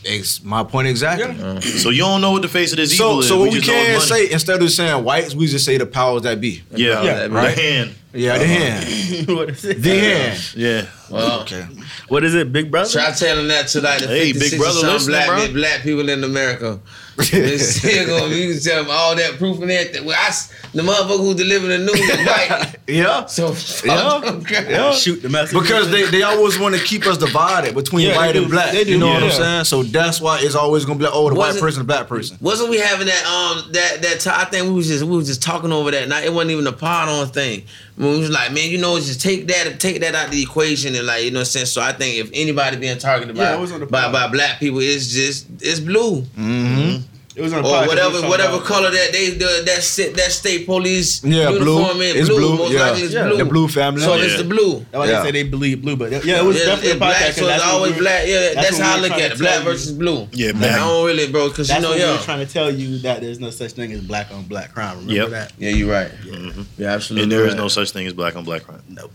[SPEAKER 3] it's my point exactly.
[SPEAKER 1] So you don't know what the face of this
[SPEAKER 3] So
[SPEAKER 1] evil is.
[SPEAKER 3] so what Uh, we
[SPEAKER 1] just know
[SPEAKER 3] can
[SPEAKER 1] it's money.
[SPEAKER 3] say instead of saying whites, we just say the powers that be.
[SPEAKER 1] yeah,
[SPEAKER 2] Yeah.
[SPEAKER 1] right.
[SPEAKER 2] Right.
[SPEAKER 1] The hand,
[SPEAKER 3] Yeah, the
[SPEAKER 4] Uh-huh.
[SPEAKER 3] hand.
[SPEAKER 2] um,
[SPEAKER 4] what is it?
[SPEAKER 3] The hand.
[SPEAKER 1] yeah.
[SPEAKER 2] Well,
[SPEAKER 4] What is it, Big Brother?
[SPEAKER 2] Try telling that to like the
[SPEAKER 1] Hey,
[SPEAKER 2] hey,
[SPEAKER 1] big brother, listen,
[SPEAKER 2] black,
[SPEAKER 1] bro.
[SPEAKER 2] black people in America. They still gonna you can tell them all that proof and everything. Well, I s the motherfucker who delivered the news is white.
[SPEAKER 3] Yeah.
[SPEAKER 2] So
[SPEAKER 3] Yeah. Yeah.
[SPEAKER 4] Shoot the messenger.
[SPEAKER 3] Because they, they always want to keep us divided between
[SPEAKER 4] Yeah, they
[SPEAKER 3] white and
[SPEAKER 4] do.
[SPEAKER 3] black.
[SPEAKER 4] They do.
[SPEAKER 3] You know what I'm saying?
[SPEAKER 4] Yeah.
[SPEAKER 3] So that's why it's always gonna be like, oh, the
[SPEAKER 2] Was
[SPEAKER 3] white
[SPEAKER 2] it-
[SPEAKER 3] person, the black person.
[SPEAKER 2] Wasn't we having that um that that t- I think we was just we was just talking over that night. It wasn't even a pod on thing. When we was like, man, you know, just take that take that out the equation and like you know what I'm saying. So I think if anybody being targeted
[SPEAKER 4] Yeah, it
[SPEAKER 2] by
[SPEAKER 4] was on the
[SPEAKER 2] by,
[SPEAKER 4] pod.
[SPEAKER 2] by black people, it's just it's blue
[SPEAKER 3] Mm-hmm.
[SPEAKER 4] it was on the
[SPEAKER 2] or
[SPEAKER 4] podcast
[SPEAKER 2] whatever
[SPEAKER 4] we were
[SPEAKER 2] whatever
[SPEAKER 4] talking about-
[SPEAKER 2] color that they the, that sit, that state police
[SPEAKER 3] Yeah, blue.
[SPEAKER 2] uniform in
[SPEAKER 3] It's
[SPEAKER 2] blue,
[SPEAKER 3] blue,
[SPEAKER 2] most
[SPEAKER 3] yeah.
[SPEAKER 2] likely it's
[SPEAKER 3] Yeah.
[SPEAKER 2] blue.
[SPEAKER 3] The blue family.
[SPEAKER 2] So
[SPEAKER 1] Yeah.
[SPEAKER 2] it's the blue.
[SPEAKER 4] That's why
[SPEAKER 3] Yeah.
[SPEAKER 4] they say they believe blue, but yeah, it was
[SPEAKER 2] Yeah,
[SPEAKER 4] definitely
[SPEAKER 2] it's
[SPEAKER 4] a podcast.
[SPEAKER 2] black,
[SPEAKER 4] 'cause
[SPEAKER 2] so
[SPEAKER 4] that's
[SPEAKER 2] it's
[SPEAKER 4] what
[SPEAKER 2] always
[SPEAKER 4] we-
[SPEAKER 2] black. Yeah,
[SPEAKER 4] that's
[SPEAKER 2] that's
[SPEAKER 4] what
[SPEAKER 2] how I
[SPEAKER 4] we
[SPEAKER 2] look
[SPEAKER 4] trying
[SPEAKER 2] at
[SPEAKER 4] to
[SPEAKER 2] it. Black
[SPEAKER 4] tell you.
[SPEAKER 2] versus blue.
[SPEAKER 1] Yeah,
[SPEAKER 2] Like,
[SPEAKER 1] black.
[SPEAKER 2] I don't really, bro, because you
[SPEAKER 4] That's
[SPEAKER 2] know,
[SPEAKER 4] what we
[SPEAKER 2] yeah.
[SPEAKER 4] were trying to tell you that there's no such thing as black on black crime. Remember
[SPEAKER 1] Yep.
[SPEAKER 4] that?
[SPEAKER 2] Yeah, you're right. Yeah, absolutely.
[SPEAKER 1] And there is
[SPEAKER 2] right.
[SPEAKER 1] no such thing as black on black crime. No.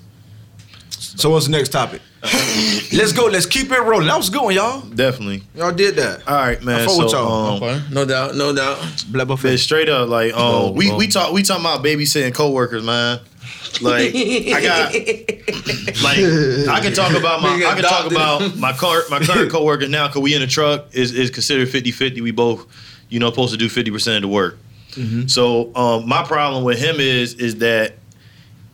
[SPEAKER 3] So what's the next topic? let's go. Let's keep it rolling. That was a good one, y'all.
[SPEAKER 1] Definitely.
[SPEAKER 3] Y'all did that.
[SPEAKER 1] All right, man.
[SPEAKER 3] I fuck
[SPEAKER 1] so,
[SPEAKER 3] with y'all.
[SPEAKER 1] um,
[SPEAKER 2] Okay, no doubt, no doubt.
[SPEAKER 3] Black
[SPEAKER 1] Man,
[SPEAKER 3] buffet.
[SPEAKER 1] straight up, like um,
[SPEAKER 3] Oh,
[SPEAKER 1] we
[SPEAKER 3] oh.
[SPEAKER 1] we talk we talking about babysitting coworkers, man. Like I got like I can talk about my I can talk about my current my current coworker now because we in a truck is is considered 50-50. We both you know supposed to do fifty percent of the work.
[SPEAKER 2] Mm-hmm.
[SPEAKER 1] So um, my problem with him is is that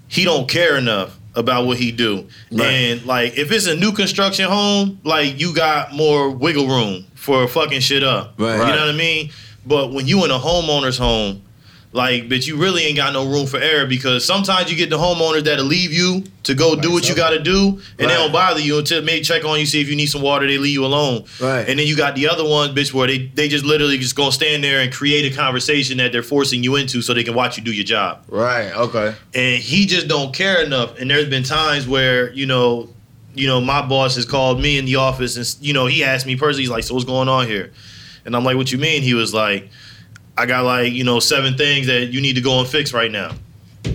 [SPEAKER 1] he don't care enough about what he do. And like if it's a new construction home, like you got more wiggle room for fucking shit up.
[SPEAKER 2] Right.
[SPEAKER 1] You
[SPEAKER 2] Right.
[SPEAKER 1] know what I mean? But when you in a homeowner's home, like, but you really ain't got no room for error because sometimes you get the homeowners that'll leave you to go do what you gotta do and they
[SPEAKER 3] Right.
[SPEAKER 1] don't bother you until maybe check on you, see if you need some water, they leave you alone.
[SPEAKER 3] Right.
[SPEAKER 1] And then you got the other ones, bitch, where they, they just literally just gonna stand there and create a conversation that they're forcing you into so they can watch you do your job
[SPEAKER 2] Right. Okay.
[SPEAKER 1] and he just don't care enough. And there's been times where you know, you know, my boss has called me in the office, and you know, he asked me personally, he's like, "So what's going on here?" And I'm like, "What you mean?" He was like, "I got like you know seven things that you need to go and fix right now." And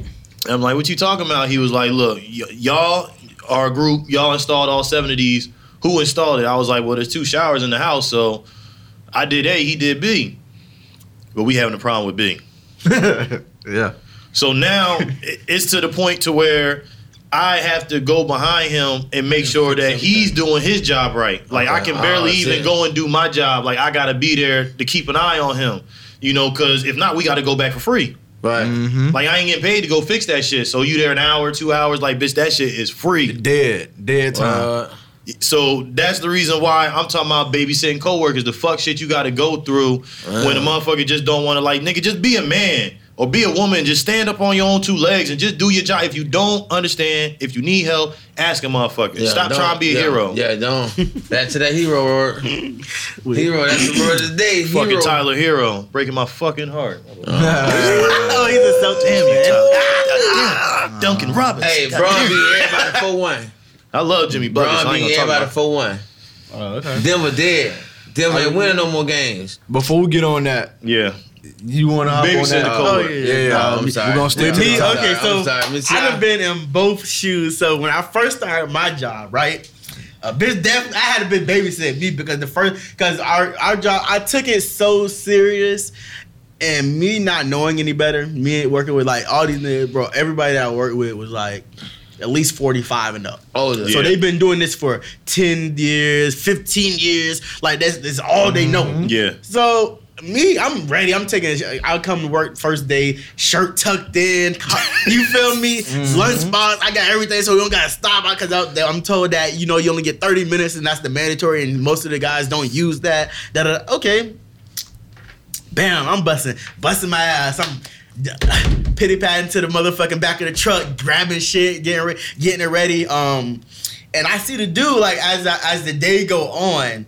[SPEAKER 1] I'm like, "What you talking about?" He was like, "Look, y- y'all are a group. Y'all installed all seven of these. Who installed it?" I was like, "Well, there's two showers in the house, so I did A, he did B, but we having a problem with B."
[SPEAKER 3] yeah.
[SPEAKER 1] So now it- it's to the point to where I have to go behind him and make sure that he's doing his job right. Like I
[SPEAKER 2] Okay.
[SPEAKER 1] can barely
[SPEAKER 2] Oh, I see.
[SPEAKER 1] even go and do my job. Like I gotta be there to keep an eye on him. You know, cause if not, we gotta go back for free.
[SPEAKER 2] Right.
[SPEAKER 3] Mm-hmm.
[SPEAKER 1] Like I ain't getting paid to go fix that shit. So you there an hour, two hours, like bitch, that shit is free.
[SPEAKER 3] Dead. Dead time.
[SPEAKER 2] Uh,
[SPEAKER 1] So that's the reason why I'm talking about babysitting coworkers. The fuck shit you got to go through when a motherfucker just don't want to like nigga. Just be a man or be a woman. Just stand up on your own two legs and just do your job. If you don't understand, if you need help, ask a motherfucker.
[SPEAKER 2] yeah,
[SPEAKER 1] Stop
[SPEAKER 2] don't-
[SPEAKER 1] trying to be a
[SPEAKER 2] yeah,
[SPEAKER 1] hero.
[SPEAKER 2] Yeah, don't. Back to that hero word. hero. That's the word of the day.
[SPEAKER 1] Fucking
[SPEAKER 2] hero.
[SPEAKER 1] Tyler Hero, breaking my fucking heart.
[SPEAKER 4] Oh, he's a self
[SPEAKER 1] Damn you,
[SPEAKER 4] man.
[SPEAKER 1] Tyler.
[SPEAKER 2] Ah.
[SPEAKER 1] Damn, Ah, Duncan Robinson.
[SPEAKER 2] Hey,
[SPEAKER 1] God
[SPEAKER 2] Braun
[SPEAKER 1] damn.
[SPEAKER 2] beat everybody four one.
[SPEAKER 1] I love Jimmy Buckets. I
[SPEAKER 2] Braun
[SPEAKER 1] ain't
[SPEAKER 2] beat
[SPEAKER 1] gonna talk
[SPEAKER 2] everybody
[SPEAKER 1] about.
[SPEAKER 2] four one.
[SPEAKER 3] Oh, okay.
[SPEAKER 2] Denver dead. Denver ain't winning no more games.
[SPEAKER 3] Before we get on that,
[SPEAKER 1] Yeah,
[SPEAKER 3] You want to hop on
[SPEAKER 1] Babysit
[SPEAKER 3] that?
[SPEAKER 1] the
[SPEAKER 3] Uh,
[SPEAKER 1] cohort.
[SPEAKER 3] yeah, yeah.
[SPEAKER 2] No, I'm
[SPEAKER 3] we-
[SPEAKER 2] sorry.
[SPEAKER 3] We're gonna stay
[SPEAKER 2] Yeah,
[SPEAKER 3] to
[SPEAKER 2] I'm
[SPEAKER 3] the
[SPEAKER 4] Me,
[SPEAKER 2] sorry.
[SPEAKER 3] topic.
[SPEAKER 4] okay, so
[SPEAKER 2] I'm sorry, Miss
[SPEAKER 4] I
[SPEAKER 2] Yai.
[SPEAKER 4] have been in both shoes. So when I first started my job, right, a bitch definitely I had a bit babysit me because the first because our our job I took it so serious, and me not knowing any better, me working with like all these niggas, bro, everybody that I worked with was like at least forty five and up.
[SPEAKER 2] Older.
[SPEAKER 1] Yeah.
[SPEAKER 4] So they've been doing this for ten years, fifteen years. Like that's, that's all they know.
[SPEAKER 2] Mm-hmm.
[SPEAKER 1] Yeah.
[SPEAKER 4] So me, I'm ready. I'm taking. a- I'll come to work first day, shirt tucked in. You feel me? Lunchbox. I got everything, so we don't gotta stop. Because I'm told that you know you only get 30 minutes, and that's the mandatory, and most of the guys don't use that. That uh, okay. Bam! I'm busting, busting my ass. I'm pity patting to the motherfucking back of the truck, grabbing shit, getting re- getting it ready. Um, and I see the dude like as I, as the day go on.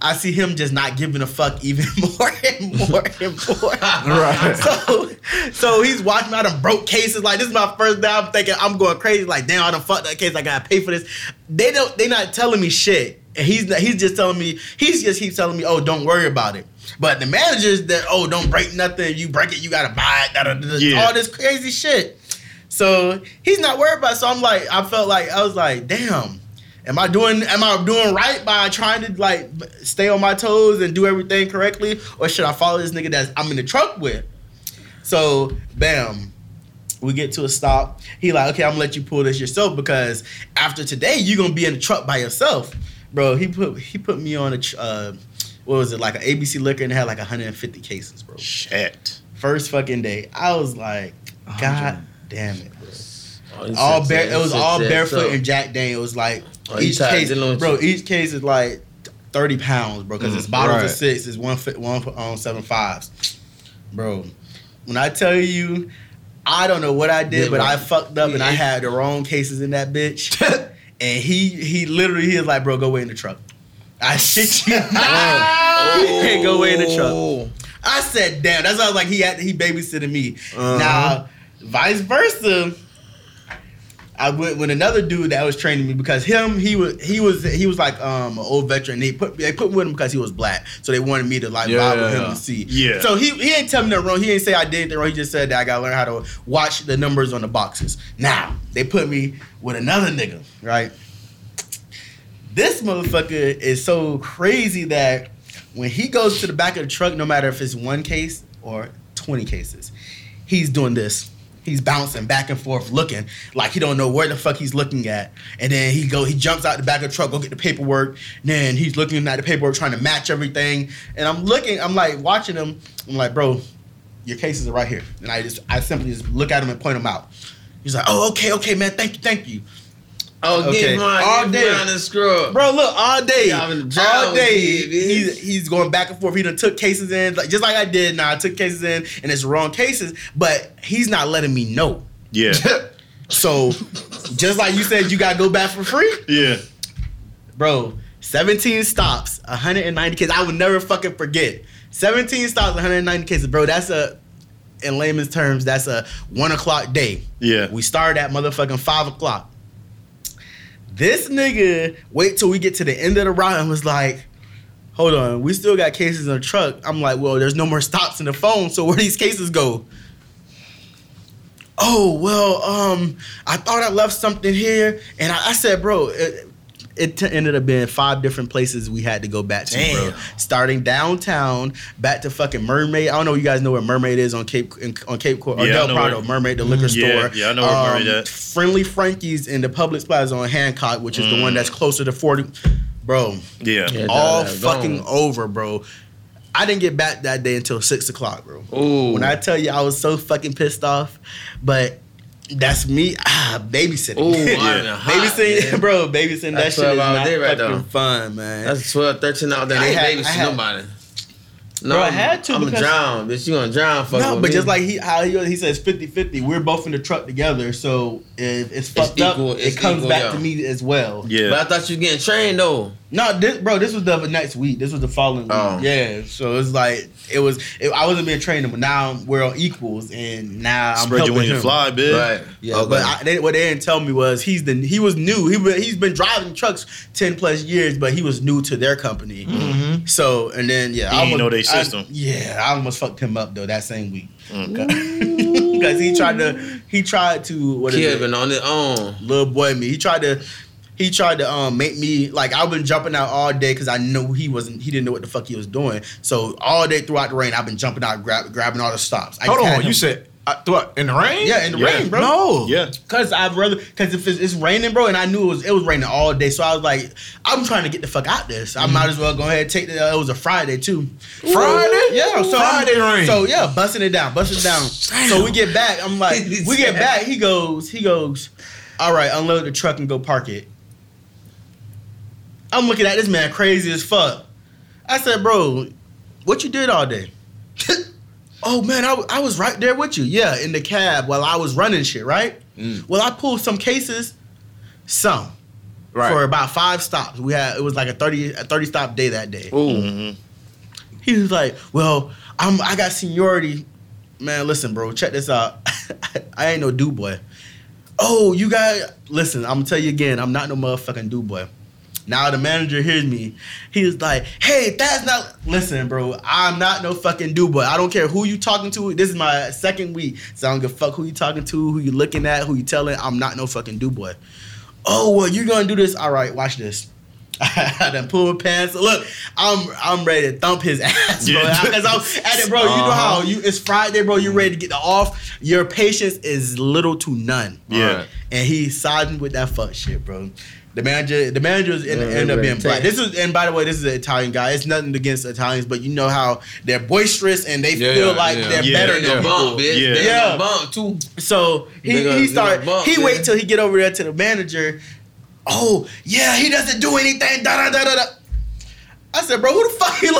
[SPEAKER 4] I see him just not giving a fuck even more and more and more.
[SPEAKER 3] Right.
[SPEAKER 4] So, so he's watching me. I done broke cases. Like this is my first day. I'm thinking I'm going crazy. Like damn, I done fucked that case. I gotta pay for this. They don't. They not telling me shit. And he's not, he's just telling me. He's just keeps telling me, oh, don't worry about it. But the managers that oh, don't break nothing. You break it, you gotta buy it. da, da, da, da,
[SPEAKER 1] Yeah.
[SPEAKER 4] All this crazy shit. So he's not worried about. It. So I'm like, I felt like I was like, damn. Am I doing am I doing right by trying to like stay on my toes and do everything correctly, or should I follow this nigga that I'm in the truck with? So bam, we get to a stop. He like, okay, I'm gonna let you pull this yourself because after today you gonna be in the truck by yourself, bro. He put he put me on a tr- uh, what was it like an ABC liquor and had like 150 cases, bro.
[SPEAKER 1] Shit.
[SPEAKER 4] First fucking day, I was like, God damn it, bro all
[SPEAKER 2] All
[SPEAKER 4] bare. It was all barefoot
[SPEAKER 2] so-
[SPEAKER 4] and Jack Daniels. Like
[SPEAKER 2] Oh, you
[SPEAKER 4] each
[SPEAKER 2] tired
[SPEAKER 4] case,
[SPEAKER 2] dealing with
[SPEAKER 4] bro.
[SPEAKER 2] you.
[SPEAKER 4] Each case is like thirty pounds, bro. Because it's
[SPEAKER 3] Mm,
[SPEAKER 4] bottles
[SPEAKER 3] right.
[SPEAKER 4] of six. It's one fi- one on seven fives, bro. When I tell you, I don't know what I
[SPEAKER 2] Yeah,
[SPEAKER 4] did, but
[SPEAKER 2] bro.
[SPEAKER 4] I fucked up and I
[SPEAKER 2] Yeah.
[SPEAKER 4] had the wrong cases in that bitch. and he he literally he was like, bro, go away in the truck. I shit you. not. He can't go away in the truck.
[SPEAKER 2] Oh.
[SPEAKER 4] I said, damn. That's why I was like, he had he babysitting me.
[SPEAKER 3] Uh-huh.
[SPEAKER 4] Now, vice versa. I went with another dude that was training me because him he was he was he was like um an old veteran. They put they put me with him because he was black, so they wanted me to like
[SPEAKER 3] Yeah,
[SPEAKER 4] vibe with
[SPEAKER 3] yeah,
[SPEAKER 4] him
[SPEAKER 3] yeah.
[SPEAKER 4] to see.
[SPEAKER 1] Yeah.
[SPEAKER 4] So he he ain't tell me nothing wrong. He ain't say I did anything wrong. He just said that I gotta learn how to watch the numbers on the boxes. Now they put me with another nigga, right? this motherfucker is so crazy that when he goes to the back of the truck, no matter if it's one case or 20 cases, he's doing this. He's bouncing back and forth looking like he don't know where the fuck he's looking at. And then he go he jumps out the back of the truck, go get the paperwork. And then he's looking at the paperwork trying to match everything. And I'm looking, I'm like watching him. I'm like, bro, your cases are right here. And I just I simply just look at him and point them out. He's like, oh, okay, okay, man, thank you, thank you.
[SPEAKER 2] Oh,
[SPEAKER 4] Okay.
[SPEAKER 2] get mine.
[SPEAKER 4] All
[SPEAKER 2] All
[SPEAKER 4] day.
[SPEAKER 2] day. the scrub.
[SPEAKER 4] Bro, look, all day,
[SPEAKER 2] Yeah, I'm in the job
[SPEAKER 4] all day,
[SPEAKER 2] with you, bitch.
[SPEAKER 4] he's, he's going back and forth. He done took cases in, like just like I did. Now I took cases in, and it's wrong cases, but he's not letting me know.
[SPEAKER 1] Yeah.
[SPEAKER 4] So, just like you said, you gotta go back for free,
[SPEAKER 1] yeah.
[SPEAKER 4] bro. Seventeen stops, 190 cases. I would never fucking forget. Seventeen stops, 190 cases, bro. That's a, in layman's terms, that's a one o'clock day.
[SPEAKER 1] Yeah.
[SPEAKER 4] We started at motherfucking five o'clock. This nigga wait till we get to the end of the route and was like, hold on, we still got cases in the truck. I'm like, well, there's no more stops in the phone, so where these cases go? Oh, well, um, I thought I left something here. And I, I said, bro, it, it t- ended up being five different places we had to go back to, bro. Starting downtown, back to fucking Mermaid. I don't know if you guys know where Mermaid is on Cape in- on Cape Coral, or
[SPEAKER 1] Yeah, I
[SPEAKER 4] Del
[SPEAKER 1] know where- Mm,
[SPEAKER 4] Prado, Mermaid, the liquor
[SPEAKER 1] Yeah,
[SPEAKER 4] store. Um,
[SPEAKER 1] yeah, I know where Mermaid at.
[SPEAKER 4] Friendly Frankie's in the Public Plaza on Hancock, which is the
[SPEAKER 1] Mm.
[SPEAKER 4] one that's closer to 40. Bro,
[SPEAKER 1] Yeah.
[SPEAKER 2] Yeah.
[SPEAKER 4] all
[SPEAKER 2] that
[SPEAKER 4] fucking
[SPEAKER 2] gone.
[SPEAKER 4] over, bro. I didn't get back that day until six o'clock, bro.
[SPEAKER 2] Ooh.
[SPEAKER 4] When I tell you I was so fucking pissed off, but that's me ah, babysitting.
[SPEAKER 2] Ooh,
[SPEAKER 1] Yeah.
[SPEAKER 2] I'm in a hot,
[SPEAKER 4] babysitting,
[SPEAKER 2] man.
[SPEAKER 4] bro, babysitting that
[SPEAKER 2] That's
[SPEAKER 4] shit is
[SPEAKER 2] 12 hours
[SPEAKER 4] not
[SPEAKER 2] a day right
[SPEAKER 4] fucking
[SPEAKER 2] there.
[SPEAKER 4] fun, man.
[SPEAKER 2] That's 12, 13 out there.
[SPEAKER 4] I
[SPEAKER 2] They
[SPEAKER 4] had-
[SPEAKER 2] babysit
[SPEAKER 4] I had-
[SPEAKER 2] nobody. No,
[SPEAKER 4] Bro, I
[SPEAKER 2] I'm-
[SPEAKER 4] had to
[SPEAKER 2] I'm gonna
[SPEAKER 4] because-
[SPEAKER 2] drown, bitch. You gonna drown? Fuck
[SPEAKER 4] no,
[SPEAKER 2] with
[SPEAKER 4] but
[SPEAKER 2] me.
[SPEAKER 4] just like he how he, he says 50-50, we're both in the truck together, so if it's fucked
[SPEAKER 2] equal,
[SPEAKER 4] up,
[SPEAKER 2] it's
[SPEAKER 4] it comes
[SPEAKER 2] equal,
[SPEAKER 4] back
[SPEAKER 2] yeah.
[SPEAKER 4] to me as well.
[SPEAKER 2] But I
[SPEAKER 1] Yeah.
[SPEAKER 2] thought you was getting trained though.
[SPEAKER 4] No, this bro, this was the next week. This was the following week.
[SPEAKER 2] Oh.
[SPEAKER 4] Yeah, so it's like it was. It, I wasn't being trained, but now we're on equals, and now I'm
[SPEAKER 1] Spread your
[SPEAKER 4] helping
[SPEAKER 1] wing
[SPEAKER 4] him.
[SPEAKER 1] and fly, bitch.
[SPEAKER 2] Right.
[SPEAKER 4] Yeah, but I, they, what they didn't tell me was he's the he was new. He been, he's been driving trucks ten plus years, but he was new to their company. So and then yeah,
[SPEAKER 1] He
[SPEAKER 4] I
[SPEAKER 1] ain't
[SPEAKER 4] almost-
[SPEAKER 1] know they
[SPEAKER 4] I-
[SPEAKER 1] system.
[SPEAKER 4] yeah, I almost fucked him up though that same week
[SPEAKER 1] Mm.
[SPEAKER 4] because he tried to he tried to what is it?
[SPEAKER 2] Kevin on his own.
[SPEAKER 4] little boy me. He tried to he tried to um make me like I've been jumping out all day because I knew he wasn't he didn't know what the fuck he was doing. So all day throughout the rain, I've been jumping out, grab, grabbing all the stops. I
[SPEAKER 3] Hold
[SPEAKER 4] just had
[SPEAKER 3] on, you
[SPEAKER 4] him-
[SPEAKER 3] said I, what in the rain?
[SPEAKER 4] yeah in the
[SPEAKER 1] Yeah.
[SPEAKER 4] rain, bro.
[SPEAKER 3] No.
[SPEAKER 1] Yeah.
[SPEAKER 4] Cause I'd rather cause if it's, it's raining, bro, and I knew it was it was raining all day, so I was like, I'm trying to get the fuck out this. I might as well go ahead and take the. Uh, it was a Friday too.
[SPEAKER 3] Mm-hmm. Friday?
[SPEAKER 4] yeah. So I'm-
[SPEAKER 3] Friday rain.
[SPEAKER 4] So Oh, yeah, busting it down, busting it down. So we get back. I'm like, we get back. He goes, he goes. All right, unload the truck and go park it. I'm looking at this man crazy as fuck. I said, bro, what you did all day? oh man, I, I was right there with you. Yeah, in the cab while I was running shit, right? Well, I pulled some cases, some
[SPEAKER 3] Right.
[SPEAKER 4] for about five stops. We had it was like a 30 a 30 stop day that day.
[SPEAKER 1] Ooh.
[SPEAKER 4] Mm-hmm. He was like, "Well, I'm I got seniority, man. Listen, bro, check this out. I ain't no do boy. Oh, you got listen. I'm gonna tell you again. I'm not no motherfucking do boy. Now the manager hears me. He was like, "Hey, that's not listen, bro. I'm not no fucking do boy. I don't care who you talking to. This is my second week, so I don't give a fuck who you talking to, who you looking at, who you telling. I'm not no fucking do boy. Oh, well, you're gonna do this. All right, watch this." I done pulled my pants. Look, I'm I'm ready to thump his ass, bro.
[SPEAKER 1] Yeah.
[SPEAKER 4] Because I'm at it, bro. You know how you it's Friday, bro. You ready to get the off. Your patience is little to none.
[SPEAKER 1] Yeah.
[SPEAKER 2] Alright.
[SPEAKER 4] And he siding with that fuck shit, bro. The manager, the managers end, end up being black. This is, and by the way, this is an Italian guy. It's nothing against Italians, but you know how they're boisterous and they
[SPEAKER 3] Yeah,
[SPEAKER 4] feel
[SPEAKER 3] yeah,
[SPEAKER 4] like
[SPEAKER 3] yeah.
[SPEAKER 4] they're
[SPEAKER 1] Yeah.
[SPEAKER 4] better
[SPEAKER 2] They gonna
[SPEAKER 4] than
[SPEAKER 2] bump,
[SPEAKER 4] people.
[SPEAKER 2] bitch.
[SPEAKER 1] Yeah.
[SPEAKER 2] They
[SPEAKER 4] Yeah.
[SPEAKER 2] gonna bump too.
[SPEAKER 4] So he,
[SPEAKER 2] They gonna-
[SPEAKER 4] he
[SPEAKER 2] they
[SPEAKER 4] started.
[SPEAKER 2] gonna bump,
[SPEAKER 4] he
[SPEAKER 2] yeah.
[SPEAKER 4] wait till he get over there to the manager. Oh yeah, he doesn't do anything. Da da da da da. I said, bro, who the fuck you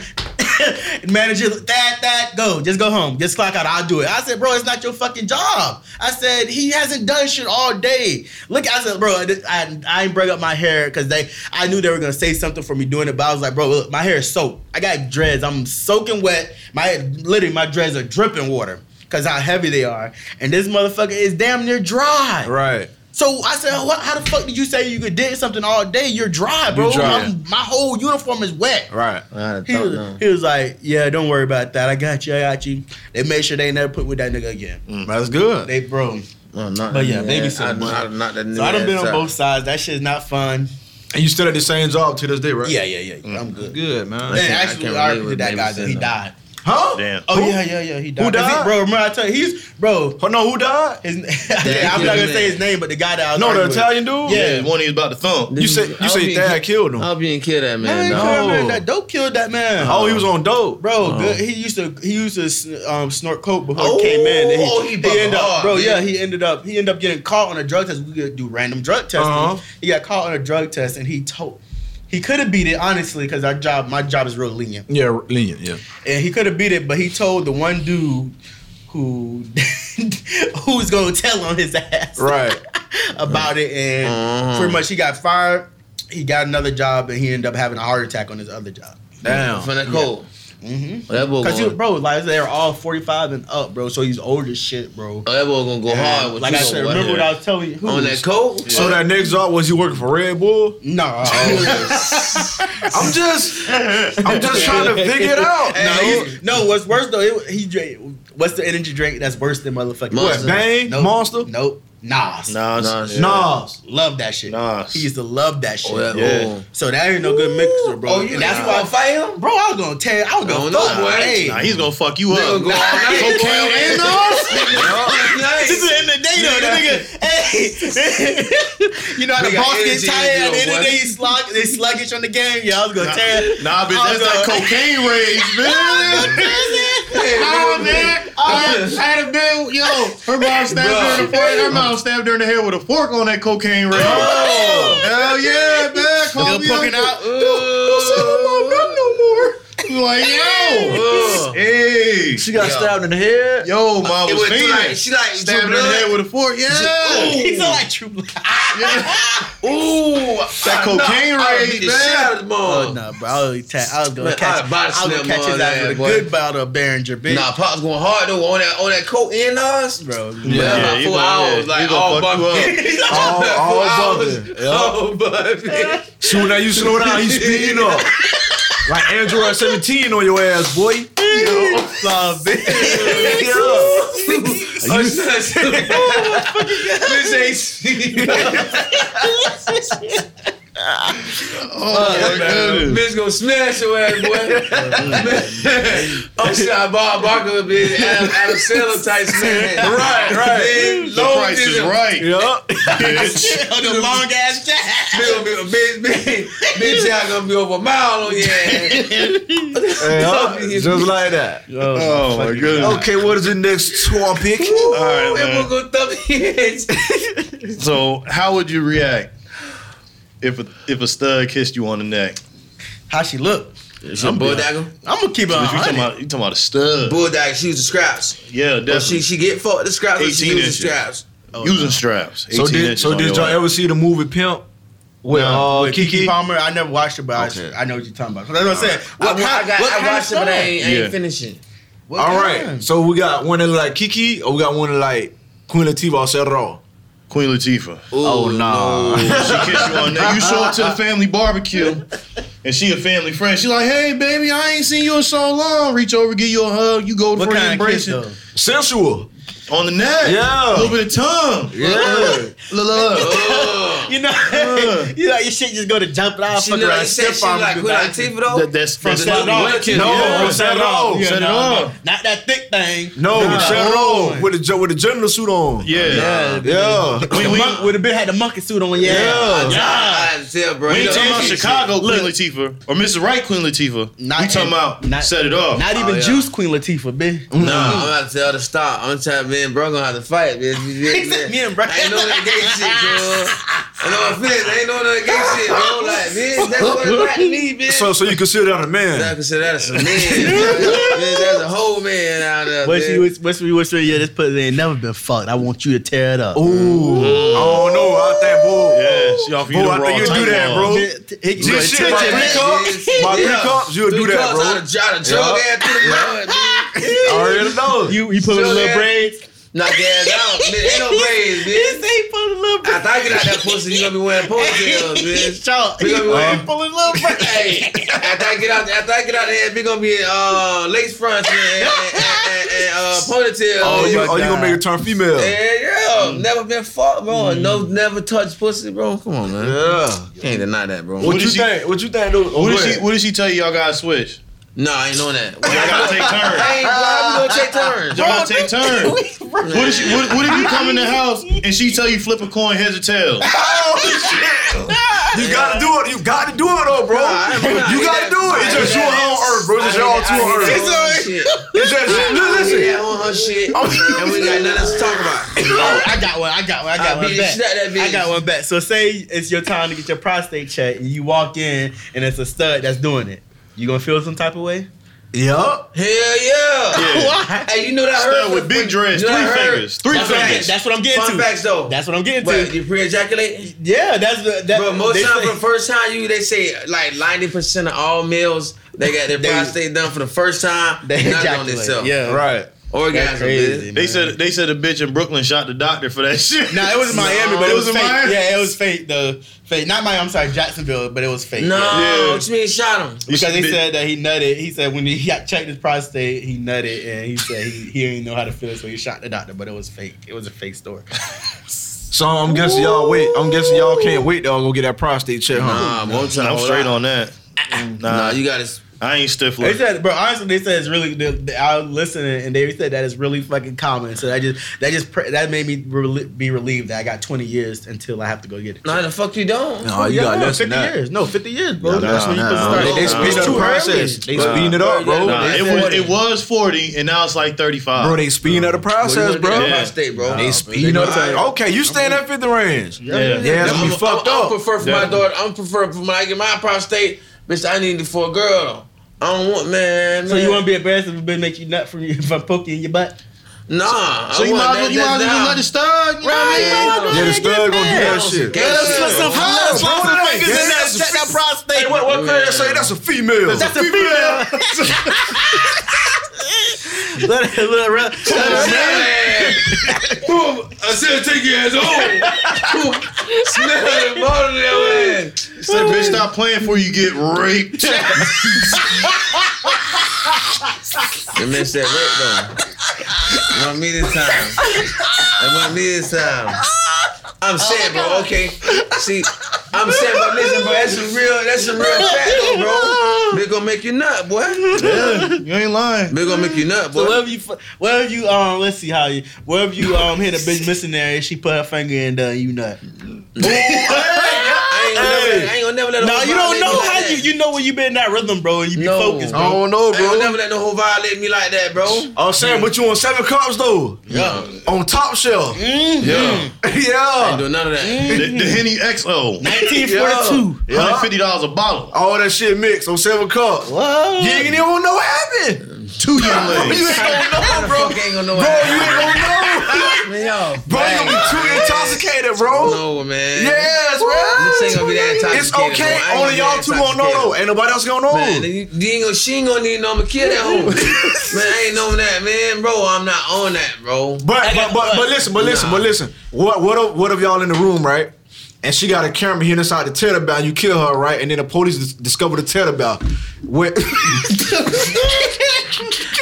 [SPEAKER 4] lying? manager, that that go, just go home, just clock out. I'll do it. I said, bro, it's not your fucking job. I said he hasn't done shit all day. Look, I said, bro, I I, I didn't bring up my hair because they I knew they were gonna say something for me doing it, but I was like, bro, look, my hair is soaked. I got dreads. I'm soaking wet. My literally my dreads are dripping water. Cause how heavy they are, and this motherfucker is damn near dry.
[SPEAKER 3] Right.
[SPEAKER 4] So I said, what, how the fuck did you say you could did something all day? You're dry, bro.
[SPEAKER 3] dry.
[SPEAKER 4] I'm- my whole uniform is wet.
[SPEAKER 3] Right.
[SPEAKER 4] He was, he was like, yeah, don't worry about that. I got you. I got you. They made sure they never put with that nigga again.
[SPEAKER 3] That's good.
[SPEAKER 4] They bro. But
[SPEAKER 2] But
[SPEAKER 4] yeah, babysitter,
[SPEAKER 2] I,
[SPEAKER 4] boy.
[SPEAKER 2] I, I knocked that
[SPEAKER 4] So I done
[SPEAKER 2] nigga
[SPEAKER 4] been on
[SPEAKER 2] ass
[SPEAKER 4] both
[SPEAKER 2] out.
[SPEAKER 4] sides. That shit's not fun.
[SPEAKER 3] and you still at the same job to this day, right? Mm.
[SPEAKER 4] Yeah, yeah, yeah. I'm
[SPEAKER 3] That's
[SPEAKER 4] good.
[SPEAKER 3] good, man.
[SPEAKER 4] Man,
[SPEAKER 2] I can't
[SPEAKER 4] actually,
[SPEAKER 2] relate
[SPEAKER 4] I already
[SPEAKER 2] with
[SPEAKER 4] did that guy.
[SPEAKER 2] babysitting,
[SPEAKER 4] He
[SPEAKER 2] though.
[SPEAKER 4] died.
[SPEAKER 3] Huh?
[SPEAKER 1] Damn.
[SPEAKER 4] Oh
[SPEAKER 3] Who?
[SPEAKER 4] yeah, yeah, yeah. He died.
[SPEAKER 3] Who
[SPEAKER 4] 'Cause he-
[SPEAKER 3] died?
[SPEAKER 4] bro, remember I tell you, he's bro.
[SPEAKER 3] Oh no, who died?
[SPEAKER 4] His,
[SPEAKER 2] Dad
[SPEAKER 4] I'm not
[SPEAKER 2] killed
[SPEAKER 4] gonna
[SPEAKER 2] him.
[SPEAKER 4] say his name, but the guy that I was
[SPEAKER 3] No, the
[SPEAKER 4] arguing with.
[SPEAKER 3] Italian dude.
[SPEAKER 4] Yeah.
[SPEAKER 1] Yeah, the one he was about to thump.
[SPEAKER 3] You say you
[SPEAKER 2] I
[SPEAKER 3] say
[SPEAKER 2] was
[SPEAKER 3] Dad
[SPEAKER 2] being-
[SPEAKER 3] killed him.
[SPEAKER 2] I hope you didn't kill that man.
[SPEAKER 4] Man,
[SPEAKER 3] no.
[SPEAKER 4] kill that man. That dope killed that man.
[SPEAKER 3] Oh, he was on dope.
[SPEAKER 4] Bro,
[SPEAKER 2] Oh.
[SPEAKER 4] good. He used to he used to sn- um, snort coke before
[SPEAKER 2] Oh,
[SPEAKER 4] he came in. And he,
[SPEAKER 2] oh, he bugged
[SPEAKER 4] ended up,
[SPEAKER 2] hard,
[SPEAKER 4] bro.
[SPEAKER 2] man.
[SPEAKER 4] Yeah, he ended up he ended up getting caught on a drug test. We could do random drug testing.
[SPEAKER 3] Uh-huh.
[SPEAKER 4] He got caught on a drug test, and he told he could have beat it honestly because our job my job is real lenient,
[SPEAKER 3] Yeah, lenient. Yeah.
[SPEAKER 4] and he could have beat it, but he told the one dude who who's gonna tell on his ass
[SPEAKER 3] Right.
[SPEAKER 4] about it, and
[SPEAKER 2] Uh-huh.
[SPEAKER 4] pretty much he got fired. He got another job, and he ended up having a heart attack on his other job.
[SPEAKER 3] Damn.
[SPEAKER 2] From that cold. Oh,
[SPEAKER 4] Mm-hmm.
[SPEAKER 2] that boy
[SPEAKER 4] Cause you,
[SPEAKER 2] gonna,
[SPEAKER 4] bro, like they're all forty five and up, bro. So he's old as shit, bro.
[SPEAKER 2] oh, that boy gonna go hard with
[SPEAKER 4] like
[SPEAKER 2] you.
[SPEAKER 4] I said,
[SPEAKER 2] boy.
[SPEAKER 4] remember what I was telling you? Who
[SPEAKER 2] on that cold?
[SPEAKER 3] So that next job was he working for Red Bull?
[SPEAKER 4] No,
[SPEAKER 2] Oh,
[SPEAKER 3] I'm just, I'm just trying to figure it out.
[SPEAKER 4] no, he's- no. What's worse though? It, he drank. What's the energy drink that's worse than motherfucking?
[SPEAKER 3] What,
[SPEAKER 2] Monster.
[SPEAKER 3] Bang?
[SPEAKER 4] Nope.
[SPEAKER 3] Monster?
[SPEAKER 4] Nope. Nas.
[SPEAKER 1] Nah,
[SPEAKER 2] Nah,
[SPEAKER 1] yeah.
[SPEAKER 2] shit. Nah.
[SPEAKER 3] Nas.
[SPEAKER 4] Love that shit.
[SPEAKER 1] Nas.
[SPEAKER 4] He used to love that shit.
[SPEAKER 2] Oh, that
[SPEAKER 1] Yeah.
[SPEAKER 2] old.
[SPEAKER 4] So that ain't no good mixer, bro.
[SPEAKER 2] Oh, you
[SPEAKER 4] and that's
[SPEAKER 2] you
[SPEAKER 4] why,
[SPEAKER 2] gonna fight him?
[SPEAKER 4] bro, I was gonna tear. I was gonna
[SPEAKER 2] Oh, no,
[SPEAKER 4] throw
[SPEAKER 2] boy.
[SPEAKER 4] Hey,
[SPEAKER 1] Nah, he's gonna fuck you
[SPEAKER 2] They
[SPEAKER 1] up.
[SPEAKER 2] gonna go all night.
[SPEAKER 1] Cocaine and Nas?
[SPEAKER 2] Nice.
[SPEAKER 4] This is in the day though. The nigga, hey, you know how the
[SPEAKER 2] Nigga,
[SPEAKER 4] boss get
[SPEAKER 2] energy
[SPEAKER 4] tired at
[SPEAKER 2] is
[SPEAKER 4] the end of
[SPEAKER 2] your
[SPEAKER 4] the day, he slug, they sluggish on the game. Yeah, I was gonna tear.
[SPEAKER 1] Nah, bitch,
[SPEAKER 4] I was
[SPEAKER 1] that's that
[SPEAKER 4] gonna-
[SPEAKER 1] cocaine rage, man. Oh, man. I, I had a bit, yo, her mom stabbed her in the forehead. Her mom stabbed her in the head with a fork on that cocaine rage. Oh. Hell yeah, man. Call
[SPEAKER 4] Still
[SPEAKER 1] me
[SPEAKER 4] poking
[SPEAKER 1] up.
[SPEAKER 4] out.
[SPEAKER 1] Don't say her mom nothing no more. you like, yo,
[SPEAKER 2] Ugh.
[SPEAKER 1] hey,
[SPEAKER 3] She got
[SPEAKER 2] Yo.
[SPEAKER 3] stabbed in the head.
[SPEAKER 1] yo, mom
[SPEAKER 2] It
[SPEAKER 1] was
[SPEAKER 2] was like
[SPEAKER 1] fiending.
[SPEAKER 2] she like
[SPEAKER 1] Stabbed her in the head with a fork. Yeah,
[SPEAKER 4] He's like true blood.
[SPEAKER 2] Ah, Ooh,
[SPEAKER 1] that cocaine
[SPEAKER 2] I
[SPEAKER 1] rage,
[SPEAKER 2] the shit out
[SPEAKER 1] man.
[SPEAKER 2] of his mom.
[SPEAKER 4] Oh no, bro! I was, ta- I was gonna
[SPEAKER 2] Man,
[SPEAKER 4] catch.
[SPEAKER 2] I'd body
[SPEAKER 4] I was
[SPEAKER 2] slam
[SPEAKER 4] gonna catch his
[SPEAKER 2] all
[SPEAKER 4] ass
[SPEAKER 2] that,
[SPEAKER 4] with a
[SPEAKER 2] boy.
[SPEAKER 4] good bottle of Behringer, bitch.
[SPEAKER 2] Nah, pops going hard though on that on that coke and us.
[SPEAKER 4] bro.
[SPEAKER 2] Yeah,
[SPEAKER 1] Yeah,
[SPEAKER 2] about
[SPEAKER 1] he
[SPEAKER 2] four
[SPEAKER 1] gonna-
[SPEAKER 2] hours,
[SPEAKER 1] yeah, he
[SPEAKER 2] like
[SPEAKER 1] gonna
[SPEAKER 2] all
[SPEAKER 1] fuck you
[SPEAKER 2] bumping.
[SPEAKER 3] All- all bumping.
[SPEAKER 2] bumping.
[SPEAKER 3] Yeah.
[SPEAKER 2] All bumping.
[SPEAKER 3] Soon as you slow down, he's speeding up. Like Android 17 on your ass, boy. Yeah.
[SPEAKER 2] Oh, shit. This ain't
[SPEAKER 1] Oh my goodness.
[SPEAKER 2] Bitch gonna smash your ass, boy. I'm shot Bob Barker, bitch. Adam, Adam Sandler type smash. Right, right. Bitch,
[SPEAKER 1] The
[SPEAKER 2] long
[SPEAKER 1] price is
[SPEAKER 2] distance.
[SPEAKER 1] right, bitch.
[SPEAKER 4] the long ass
[SPEAKER 2] Bitch, bitch, bitch, bitch, bitch, y'all gonna be over a mile on your ass.
[SPEAKER 3] Yeah. Just like that.
[SPEAKER 1] Oh my goodness.
[SPEAKER 3] Okay, what is the next topic?
[SPEAKER 2] All
[SPEAKER 1] right,
[SPEAKER 2] right,
[SPEAKER 1] man.
[SPEAKER 2] and we're gonna thump his.
[SPEAKER 1] So, how would you react if a, if a stud kissed you on the neck?
[SPEAKER 4] How she look?
[SPEAKER 2] Some bulldagger.
[SPEAKER 4] I'm gonna keep it
[SPEAKER 1] But you talking
[SPEAKER 4] on.
[SPEAKER 1] about you talking about a stud?
[SPEAKER 2] Bulldagger, she was the scraps.
[SPEAKER 1] Yeah,
[SPEAKER 2] Well, she
[SPEAKER 1] definitely.
[SPEAKER 2] she get fucked the scraps, but she
[SPEAKER 1] 18
[SPEAKER 2] used the
[SPEAKER 1] inches.
[SPEAKER 2] scraps.
[SPEAKER 4] Oh,
[SPEAKER 1] Using straps.
[SPEAKER 3] So
[SPEAKER 1] 18
[SPEAKER 3] did
[SPEAKER 1] inches
[SPEAKER 3] so
[SPEAKER 1] on
[SPEAKER 3] did
[SPEAKER 1] your
[SPEAKER 3] y'all
[SPEAKER 1] ass.
[SPEAKER 3] ever see the movie Pimp? With,
[SPEAKER 1] No.
[SPEAKER 3] uh,
[SPEAKER 4] With Kiki?
[SPEAKER 3] Kiki?
[SPEAKER 4] Palmer, I never watched it, but
[SPEAKER 3] Okay.
[SPEAKER 4] I, I know what you're talking about. So that's what I'm saying.
[SPEAKER 2] I,
[SPEAKER 4] What
[SPEAKER 2] wa- I
[SPEAKER 4] kind,
[SPEAKER 2] got
[SPEAKER 4] what
[SPEAKER 2] I
[SPEAKER 4] kind
[SPEAKER 2] watched it,
[SPEAKER 4] of
[SPEAKER 2] but I ain't, I ain't
[SPEAKER 1] Yeah.
[SPEAKER 2] finishing.
[SPEAKER 3] All right. So we got one that look like Kiki, or we got one that like Queen Latifah or Sarah Raw.
[SPEAKER 1] Queen Latifah.
[SPEAKER 3] Oh nah.
[SPEAKER 1] she kissed you on the neck. You show up to the family barbecue, and she a family friend. She like, hey baby, I ain't seen you in so long. Reach over, give you a hug. You go
[SPEAKER 4] What
[SPEAKER 1] for the
[SPEAKER 4] kind of
[SPEAKER 1] embrace
[SPEAKER 4] kiss though?
[SPEAKER 3] Sensual.
[SPEAKER 1] on the neck.
[SPEAKER 3] Yeah.
[SPEAKER 1] a little bit of tongue.
[SPEAKER 3] Yeah.
[SPEAKER 1] Little hug.
[SPEAKER 2] Ugh.
[SPEAKER 4] You know, you know, your shit just go to jump it off.
[SPEAKER 2] She
[SPEAKER 4] fuck
[SPEAKER 2] look
[SPEAKER 4] around,
[SPEAKER 2] like she said
[SPEAKER 4] step
[SPEAKER 2] she
[SPEAKER 4] on
[SPEAKER 2] look
[SPEAKER 4] it,
[SPEAKER 2] like
[SPEAKER 4] go
[SPEAKER 2] Queen
[SPEAKER 4] back.
[SPEAKER 2] Latifah though.
[SPEAKER 1] That- that's
[SPEAKER 2] From
[SPEAKER 1] that's
[SPEAKER 2] the
[SPEAKER 1] not
[SPEAKER 2] Wild
[SPEAKER 1] one
[SPEAKER 2] Wild
[SPEAKER 1] kiss.
[SPEAKER 2] Kids.
[SPEAKER 3] No,
[SPEAKER 1] Yeah.
[SPEAKER 3] Sarah Raw.
[SPEAKER 1] Set it off.
[SPEAKER 4] Not that thick thing.
[SPEAKER 3] No,
[SPEAKER 4] Nah.
[SPEAKER 3] Sarah Raw with a jo- with a gentleman suit on.
[SPEAKER 1] Yeah.
[SPEAKER 4] Yeah.
[SPEAKER 3] Yeah.
[SPEAKER 1] We-
[SPEAKER 4] The
[SPEAKER 1] we-
[SPEAKER 4] monk would have been had the monkey suit on. Yeah.
[SPEAKER 3] Yeah.
[SPEAKER 2] I had to tell, bro.
[SPEAKER 1] We
[SPEAKER 2] You
[SPEAKER 1] ain't
[SPEAKER 2] know,
[SPEAKER 1] talking about
[SPEAKER 2] she-
[SPEAKER 1] Chicago Queen Latifah or Mrs. Right Queen Latifah.
[SPEAKER 4] Not-
[SPEAKER 1] we talking about
[SPEAKER 4] not-
[SPEAKER 1] set it off.
[SPEAKER 4] Not even
[SPEAKER 2] yeah.
[SPEAKER 4] Juice Queen Latifah, bitch.
[SPEAKER 2] No, I'm
[SPEAKER 3] Mm-hmm.
[SPEAKER 2] about to tell her to stop. I'm telling me and bro gonna have to fight, bitch.
[SPEAKER 4] He said me and bro.
[SPEAKER 2] I ain't know that gay shit, bro. I know I'm finished. I ain't know that gay shit, bro. Like, bitch, that's what it's like to me, bitch.
[SPEAKER 3] So so you consider that a
[SPEAKER 2] I
[SPEAKER 3] man.
[SPEAKER 2] consider that a man. bitch, that's a whole man out there.
[SPEAKER 4] What she
[SPEAKER 2] bitch.
[SPEAKER 4] was, what she was saying, yeah, this pussy ain't never been fucked. I want you to tear it up.
[SPEAKER 3] Ooh. I don't know. I think boy.
[SPEAKER 1] Yeah, she offered you
[SPEAKER 3] Boy,
[SPEAKER 1] the
[SPEAKER 3] I
[SPEAKER 1] raw
[SPEAKER 3] think you do
[SPEAKER 1] tight
[SPEAKER 3] that,
[SPEAKER 1] one.
[SPEAKER 3] bro.
[SPEAKER 4] Yeah, t- he-
[SPEAKER 3] This shit
[SPEAKER 4] take
[SPEAKER 3] right
[SPEAKER 4] it.
[SPEAKER 3] here.
[SPEAKER 2] Three cups?
[SPEAKER 3] By three
[SPEAKER 2] Yeah.
[SPEAKER 3] cups, you'll
[SPEAKER 2] Three
[SPEAKER 3] do that,
[SPEAKER 2] cups,
[SPEAKER 3] bro.
[SPEAKER 2] I'd have jotted drug
[SPEAKER 3] Yeah.
[SPEAKER 2] ass through the mud, bitch.
[SPEAKER 3] I already know.
[SPEAKER 4] You you pulling
[SPEAKER 2] Sure,
[SPEAKER 4] little
[SPEAKER 2] yeah.
[SPEAKER 4] braids.
[SPEAKER 2] Knock your ass out. bitch. Ain't no braids,
[SPEAKER 4] This
[SPEAKER 2] bitch.
[SPEAKER 4] ain't pulling little braids.
[SPEAKER 2] After I get out that pussy, you gonna be wearing ponytails, bitch.
[SPEAKER 4] Y'all,
[SPEAKER 2] We gonna be wearing
[SPEAKER 4] pulling little braids.
[SPEAKER 2] Hey, after I get out, after I get out of here, we gonna be in uh, lace fronts and, and, and, and, and uh, ponytails.
[SPEAKER 3] oh, you,
[SPEAKER 4] my
[SPEAKER 3] oh, you Mm. gonna
[SPEAKER 4] God.
[SPEAKER 3] make it turn female?
[SPEAKER 2] Yeah, yeah. Never been fucked, bro.
[SPEAKER 3] Mm.
[SPEAKER 2] No, never touched pussy, bro. Come on, man.
[SPEAKER 3] Yeah.
[SPEAKER 2] Can't deny that, bro.
[SPEAKER 3] What,
[SPEAKER 1] did
[SPEAKER 3] you
[SPEAKER 1] she-
[SPEAKER 3] think? What you think? Though?
[SPEAKER 1] What did she What did she tell you? Y'all gotta switch.
[SPEAKER 2] Nah, I ain't doing that.
[SPEAKER 1] Y'all gotta take turns.
[SPEAKER 2] I ain't why we gonna take turns.
[SPEAKER 1] Y'all gotta take turns.
[SPEAKER 4] turns.
[SPEAKER 1] What if, she, what, what if you come in the house and she tell you flip a coin heads or tails?
[SPEAKER 3] Oh shit! You gotta do it. You gotta do it, though, bro.
[SPEAKER 2] Nah, bro, I hate
[SPEAKER 3] you gotta
[SPEAKER 2] that.
[SPEAKER 3] do it. It's just you and her on earth, bro. It's just y'all two
[SPEAKER 2] I
[SPEAKER 3] on
[SPEAKER 2] hate
[SPEAKER 3] earth.
[SPEAKER 2] that on her shit.
[SPEAKER 3] It's just
[SPEAKER 2] I hate
[SPEAKER 3] listen. Oh.
[SPEAKER 2] that on her shit. And we got nothing else to talk about.
[SPEAKER 4] Oh, I got one. I got one.
[SPEAKER 2] I
[SPEAKER 4] I got
[SPEAKER 2] beat
[SPEAKER 4] one
[SPEAKER 2] the
[SPEAKER 4] back.
[SPEAKER 2] shit out of that bitch.
[SPEAKER 4] I got one back. So say it's your time to get your prostate checked, and you walk in, and it's a stud that's doing it. You gonna feel some type of way?
[SPEAKER 3] Yup.
[SPEAKER 2] Hell yeah.
[SPEAKER 1] Yeah.
[SPEAKER 4] Why?
[SPEAKER 2] Hey, you know that hurt
[SPEAKER 1] Stand with big dreads,
[SPEAKER 2] you know
[SPEAKER 1] three
[SPEAKER 2] that hurt?
[SPEAKER 1] fingers, three
[SPEAKER 4] That's what, I'm,
[SPEAKER 1] fingers.
[SPEAKER 4] that's what I'm getting
[SPEAKER 2] Fun
[SPEAKER 4] to.
[SPEAKER 2] facts though.
[SPEAKER 4] That's what I'm getting
[SPEAKER 2] Wait,
[SPEAKER 4] to.
[SPEAKER 2] you pre-ejaculate?
[SPEAKER 4] Yeah, that's the. That,
[SPEAKER 2] Bro, most
[SPEAKER 4] they
[SPEAKER 2] times
[SPEAKER 4] say-
[SPEAKER 2] for the first time, you they say like ninety percent of all males they got their
[SPEAKER 4] They-
[SPEAKER 2] prostate done for the first time.
[SPEAKER 4] they
[SPEAKER 2] They not on
[SPEAKER 4] ejaculate.
[SPEAKER 2] themselves.
[SPEAKER 4] Yeah,
[SPEAKER 3] Right.
[SPEAKER 4] That's
[SPEAKER 2] orgasm.
[SPEAKER 4] crazy.
[SPEAKER 2] Crazy.
[SPEAKER 1] They
[SPEAKER 4] man.
[SPEAKER 1] said they said a bitch in Brooklyn shot the doctor for that shit.
[SPEAKER 4] Nah, it was in Miami,
[SPEAKER 2] No,
[SPEAKER 4] but
[SPEAKER 2] it
[SPEAKER 4] it was,
[SPEAKER 1] was in
[SPEAKER 4] fake.
[SPEAKER 1] Miami?
[SPEAKER 4] Yeah, it was fake. The fake, not Miami. I'm sorry, Jacksonville, but it was fake.
[SPEAKER 2] No,
[SPEAKER 1] Yeah.
[SPEAKER 2] what you mean shot him?
[SPEAKER 1] You
[SPEAKER 4] because
[SPEAKER 1] should
[SPEAKER 4] they
[SPEAKER 1] be-
[SPEAKER 4] said that he nutted. He said when he got checked his prostate, he nutted, and he said he, he didn't know how to feel, so he shot the doctor. But it was fake. It was a fake story.
[SPEAKER 3] So I'm guessing y'all wait. I'm guessing y'all can't wait. Y'all go get that prostate check, huh?
[SPEAKER 2] Nah, I'm
[SPEAKER 1] I'm straight on that.
[SPEAKER 2] Nah,
[SPEAKER 1] Nah,
[SPEAKER 2] you got to.
[SPEAKER 1] I ain't stiff
[SPEAKER 4] They
[SPEAKER 1] like
[SPEAKER 4] said, bro. Honestly, they said it's really. They, they, I was listening, and they said that it's really fucking common. So that just that just pre- that made me rel- be relieved that I got 20 years until I have to go get it.
[SPEAKER 2] Nah, the fuck you don't.
[SPEAKER 3] No, you got
[SPEAKER 4] no,
[SPEAKER 3] less than
[SPEAKER 4] 50
[SPEAKER 3] that.
[SPEAKER 4] Oh, years. No, 50 years, bro.
[SPEAKER 3] Nah,
[SPEAKER 4] That's when you
[SPEAKER 3] nah,
[SPEAKER 4] supposed to
[SPEAKER 1] nah.
[SPEAKER 4] start.
[SPEAKER 3] They, they
[SPEAKER 2] It's
[SPEAKER 3] speeding up
[SPEAKER 2] too
[SPEAKER 3] the
[SPEAKER 2] early.
[SPEAKER 3] process. They speeding it up, bro.
[SPEAKER 1] Nah,
[SPEAKER 2] They
[SPEAKER 1] it
[SPEAKER 2] said
[SPEAKER 1] was
[SPEAKER 2] it.
[SPEAKER 1] it was forty and now it's like thirty five.
[SPEAKER 3] Bro, they speeding up the process,
[SPEAKER 2] Bro,
[SPEAKER 3] bro.
[SPEAKER 1] Yeah.
[SPEAKER 2] prostate, bro.
[SPEAKER 3] They speeding up. Okay, you staying at 50 range.
[SPEAKER 1] yeah.
[SPEAKER 3] Yeah, it's gonna
[SPEAKER 2] I'm,
[SPEAKER 3] be fucked
[SPEAKER 2] I'm, I'm
[SPEAKER 3] up.
[SPEAKER 2] prefer for my
[SPEAKER 1] Yeah.
[SPEAKER 2] daughter. I'm prefer for when I get my prostate, bitch. I need it for a girl. I don't want man.
[SPEAKER 4] So
[SPEAKER 2] man.
[SPEAKER 4] you want to be embarrassed if a bitch make you nut from you from poking your butt?
[SPEAKER 2] Nah.
[SPEAKER 1] So
[SPEAKER 2] I
[SPEAKER 1] you
[SPEAKER 2] want
[SPEAKER 1] might as well, you might as
[SPEAKER 2] that- that
[SPEAKER 1] well
[SPEAKER 2] down.
[SPEAKER 1] let it start. You know what I mean?
[SPEAKER 2] Right,
[SPEAKER 1] Why do
[SPEAKER 2] yeah.
[SPEAKER 3] Oh, Yeah, the
[SPEAKER 1] that get
[SPEAKER 3] stud gonna do that
[SPEAKER 1] mad?
[SPEAKER 3] shit.
[SPEAKER 2] Gay shit.
[SPEAKER 1] Let's slap some fingers in that-
[SPEAKER 3] Check that prostate. Hey, what, what
[SPEAKER 2] Yeah.
[SPEAKER 3] Curtis say? That's a female.
[SPEAKER 4] That's a female. Let her, let her run.
[SPEAKER 2] Yeah. Boom. I said take your ass home. Smell the bottom of that ass.
[SPEAKER 1] Say, bitch, stop playing before you get raped.
[SPEAKER 2] You missed that rape though. It wasn't me this time. It wasn't me this time. I'm sad, bro. Okay. See, I'm sad, but listen, bro. That's some real. That's some real fact, though, bro. They gonna make you nut, boy.
[SPEAKER 1] yeah, you ain't lying.
[SPEAKER 2] They gonna make you nut,
[SPEAKER 4] So
[SPEAKER 2] boy.
[SPEAKER 4] wherever you, fu- wherever you, um, let's see how you, wherever you, um, hit a bitch missing there, and she put her finger in there, you nut.
[SPEAKER 2] I ain't gonna never let- I ain't gonna never let.
[SPEAKER 4] No,
[SPEAKER 2] nobody
[SPEAKER 4] you don't
[SPEAKER 2] make me
[SPEAKER 4] know
[SPEAKER 2] like
[SPEAKER 4] how
[SPEAKER 2] that.
[SPEAKER 4] you, you know when you been in that rhythm, bro, and you be
[SPEAKER 2] No.
[SPEAKER 4] focused,
[SPEAKER 3] I
[SPEAKER 4] bro.
[SPEAKER 3] don't
[SPEAKER 2] I
[SPEAKER 3] know,
[SPEAKER 2] ain't gonna
[SPEAKER 3] bro.
[SPEAKER 2] never let no hoe violate me like that, bro.
[SPEAKER 3] I'm saying, but you on seven cups though.
[SPEAKER 2] Yeah.
[SPEAKER 3] On top shelf.
[SPEAKER 1] Yeah.
[SPEAKER 2] I ain't
[SPEAKER 3] yeah.
[SPEAKER 2] doing none of that.
[SPEAKER 1] The, the Henny XO.
[SPEAKER 4] 1942.
[SPEAKER 1] $150 a bottle.
[SPEAKER 3] All that shit mixed on seven cups.
[SPEAKER 4] Whoa.
[SPEAKER 3] You ain't even gonna know what happened.
[SPEAKER 1] Two young
[SPEAKER 3] You ain't
[SPEAKER 1] ladies.
[SPEAKER 3] gonna know, bro.
[SPEAKER 2] Bro, ain't gonna know
[SPEAKER 3] Bro,
[SPEAKER 2] what
[SPEAKER 3] you ain't
[SPEAKER 2] happened.
[SPEAKER 3] gonna know.
[SPEAKER 2] Man, y'all
[SPEAKER 3] Bro, you gonna be too intoxicated, bro.
[SPEAKER 2] No, man.
[SPEAKER 3] Yes, bro.
[SPEAKER 2] This ain't gonna be that intoxicated.
[SPEAKER 3] It's okay.
[SPEAKER 2] bro. I ain't gonna
[SPEAKER 3] Only
[SPEAKER 2] be
[SPEAKER 3] y'all two gonna know
[SPEAKER 2] intoxicated.
[SPEAKER 3] though. Ain't nobody else gonna
[SPEAKER 2] Man,
[SPEAKER 3] know.
[SPEAKER 2] you, you ain't gonna, she ain't gonna need no I'ma kill that hoe. man, I ain't knowing that, man, bro. I'm not on that, bro.
[SPEAKER 3] But but, but but listen, but listen, but
[SPEAKER 2] Nah.
[SPEAKER 3] listen. What what if, what if y'all in the room, right? And she got a camera here inside the tether bell. You kill her, right? And then the police dis- discover the tether bell. What?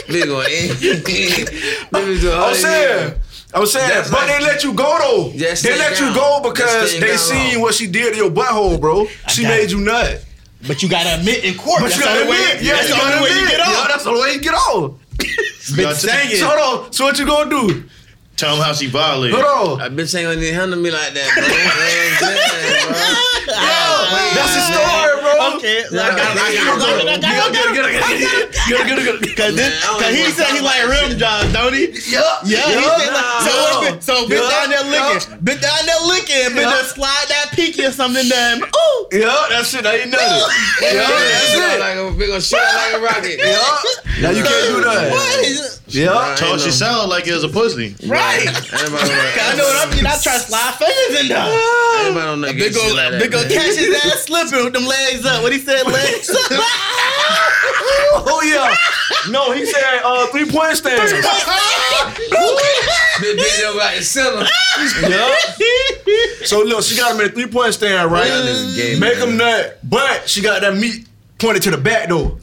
[SPEAKER 2] Big one.
[SPEAKER 3] I'm
[SPEAKER 2] I'm
[SPEAKER 3] saying. I'm saying,
[SPEAKER 2] That's
[SPEAKER 3] but
[SPEAKER 2] like-
[SPEAKER 3] they let you go though.
[SPEAKER 2] Just
[SPEAKER 3] they
[SPEAKER 2] stay
[SPEAKER 3] let you
[SPEAKER 2] down.
[SPEAKER 3] go
[SPEAKER 2] Just
[SPEAKER 3] because
[SPEAKER 2] stay
[SPEAKER 3] they
[SPEAKER 2] down
[SPEAKER 3] seen
[SPEAKER 2] low.
[SPEAKER 3] what she did to your butthole, bro. She
[SPEAKER 4] got
[SPEAKER 3] made
[SPEAKER 4] it.
[SPEAKER 3] you nut.
[SPEAKER 4] But you gotta admit in court.
[SPEAKER 3] But
[SPEAKER 4] that's
[SPEAKER 3] you gotta
[SPEAKER 4] the only way-
[SPEAKER 3] admit, yeah,
[SPEAKER 4] that's
[SPEAKER 3] you
[SPEAKER 4] the only
[SPEAKER 3] gotta
[SPEAKER 4] way
[SPEAKER 3] admit,
[SPEAKER 4] you get
[SPEAKER 3] yeah,
[SPEAKER 4] off.
[SPEAKER 3] that's the way you get off.
[SPEAKER 1] Bitch,
[SPEAKER 4] saying it.
[SPEAKER 3] So hold on, so what you gonna do?
[SPEAKER 1] Tell them how she violated.
[SPEAKER 3] Hold on,
[SPEAKER 2] That bitch ain't gonna need to handle me like that, bro. You know what I'm saying, bro?
[SPEAKER 3] that's the story, bro.
[SPEAKER 4] Okay,
[SPEAKER 2] Nah,
[SPEAKER 4] I got it, I got it, I got it, I got it. Cause,
[SPEAKER 2] Man,
[SPEAKER 4] this,
[SPEAKER 2] I don't
[SPEAKER 4] cause he
[SPEAKER 2] want
[SPEAKER 4] said he
[SPEAKER 2] nothing
[SPEAKER 4] like
[SPEAKER 2] like
[SPEAKER 4] rim
[SPEAKER 2] that.
[SPEAKER 4] jobs, don't he?
[SPEAKER 3] Yeah,
[SPEAKER 4] Yeah, he
[SPEAKER 3] yeah,
[SPEAKER 4] said like, so,
[SPEAKER 3] yeah.
[SPEAKER 4] it's been, so been
[SPEAKER 3] Yeah.
[SPEAKER 4] down there licking, been down there licking, and been
[SPEAKER 3] Yeah.
[SPEAKER 4] just slide that pinky or something down. Ooh,
[SPEAKER 3] Yeah, that's it. I ain't nothing. Yeah, that's
[SPEAKER 2] Yeah,
[SPEAKER 3] it.
[SPEAKER 2] Like a big old shit like a rocket.
[SPEAKER 3] Yeah. Now you can't do that.
[SPEAKER 4] what is it?
[SPEAKER 3] Yeah.
[SPEAKER 1] Told she sounded like it was a pussy.
[SPEAKER 4] Right. I know what I mean. I try to slide fingers in
[SPEAKER 3] Uh-huh.
[SPEAKER 4] there.
[SPEAKER 2] Everybody on that
[SPEAKER 4] Big ol'
[SPEAKER 2] like
[SPEAKER 4] big ol' catch his ass slipping with them legs up. What he said, legs up.
[SPEAKER 3] Oh yeah. No, he said uh, three point stance.
[SPEAKER 2] Big big over like the center.
[SPEAKER 3] Yeah. So look, she got him in a three point stand, right?
[SPEAKER 2] Yeah, this is gay,
[SPEAKER 3] Make
[SPEAKER 2] man.
[SPEAKER 3] him nut, but she got that meat pointed to the back though.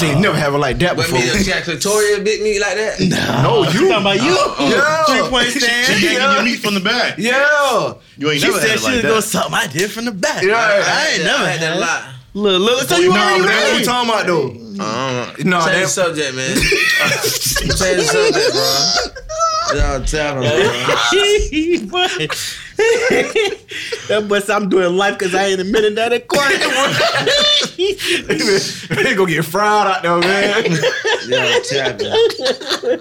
[SPEAKER 3] She ain't never have it like that
[SPEAKER 2] But
[SPEAKER 3] before.
[SPEAKER 2] me, if she had clitoria bit me like that.
[SPEAKER 3] No, Uh-huh.
[SPEAKER 4] You talking about you?
[SPEAKER 3] Yeah.
[SPEAKER 4] Three point stand.
[SPEAKER 1] She yanking
[SPEAKER 3] Yeah.
[SPEAKER 1] your meat from the back.
[SPEAKER 3] Yeah.
[SPEAKER 1] You ain't
[SPEAKER 4] She
[SPEAKER 1] never
[SPEAKER 4] said
[SPEAKER 1] had it
[SPEAKER 4] she was
[SPEAKER 1] like
[SPEAKER 4] doing
[SPEAKER 1] that.
[SPEAKER 4] something I did from the back.
[SPEAKER 3] Yeah.
[SPEAKER 4] I ain't never
[SPEAKER 2] had that a lot.
[SPEAKER 4] Look, look, so you
[SPEAKER 1] Nah,
[SPEAKER 4] already
[SPEAKER 1] but that
[SPEAKER 3] That's what
[SPEAKER 4] ready.
[SPEAKER 3] we talking about though.
[SPEAKER 2] Uh,
[SPEAKER 3] No,
[SPEAKER 2] change the
[SPEAKER 3] that,
[SPEAKER 2] subject, man. change the subject, bro. Y'all tell him, bro.
[SPEAKER 4] that boy said I'm doing life because I ain't admitting that in court.
[SPEAKER 3] they gonna get fried out there, man.
[SPEAKER 2] Y'all tell him.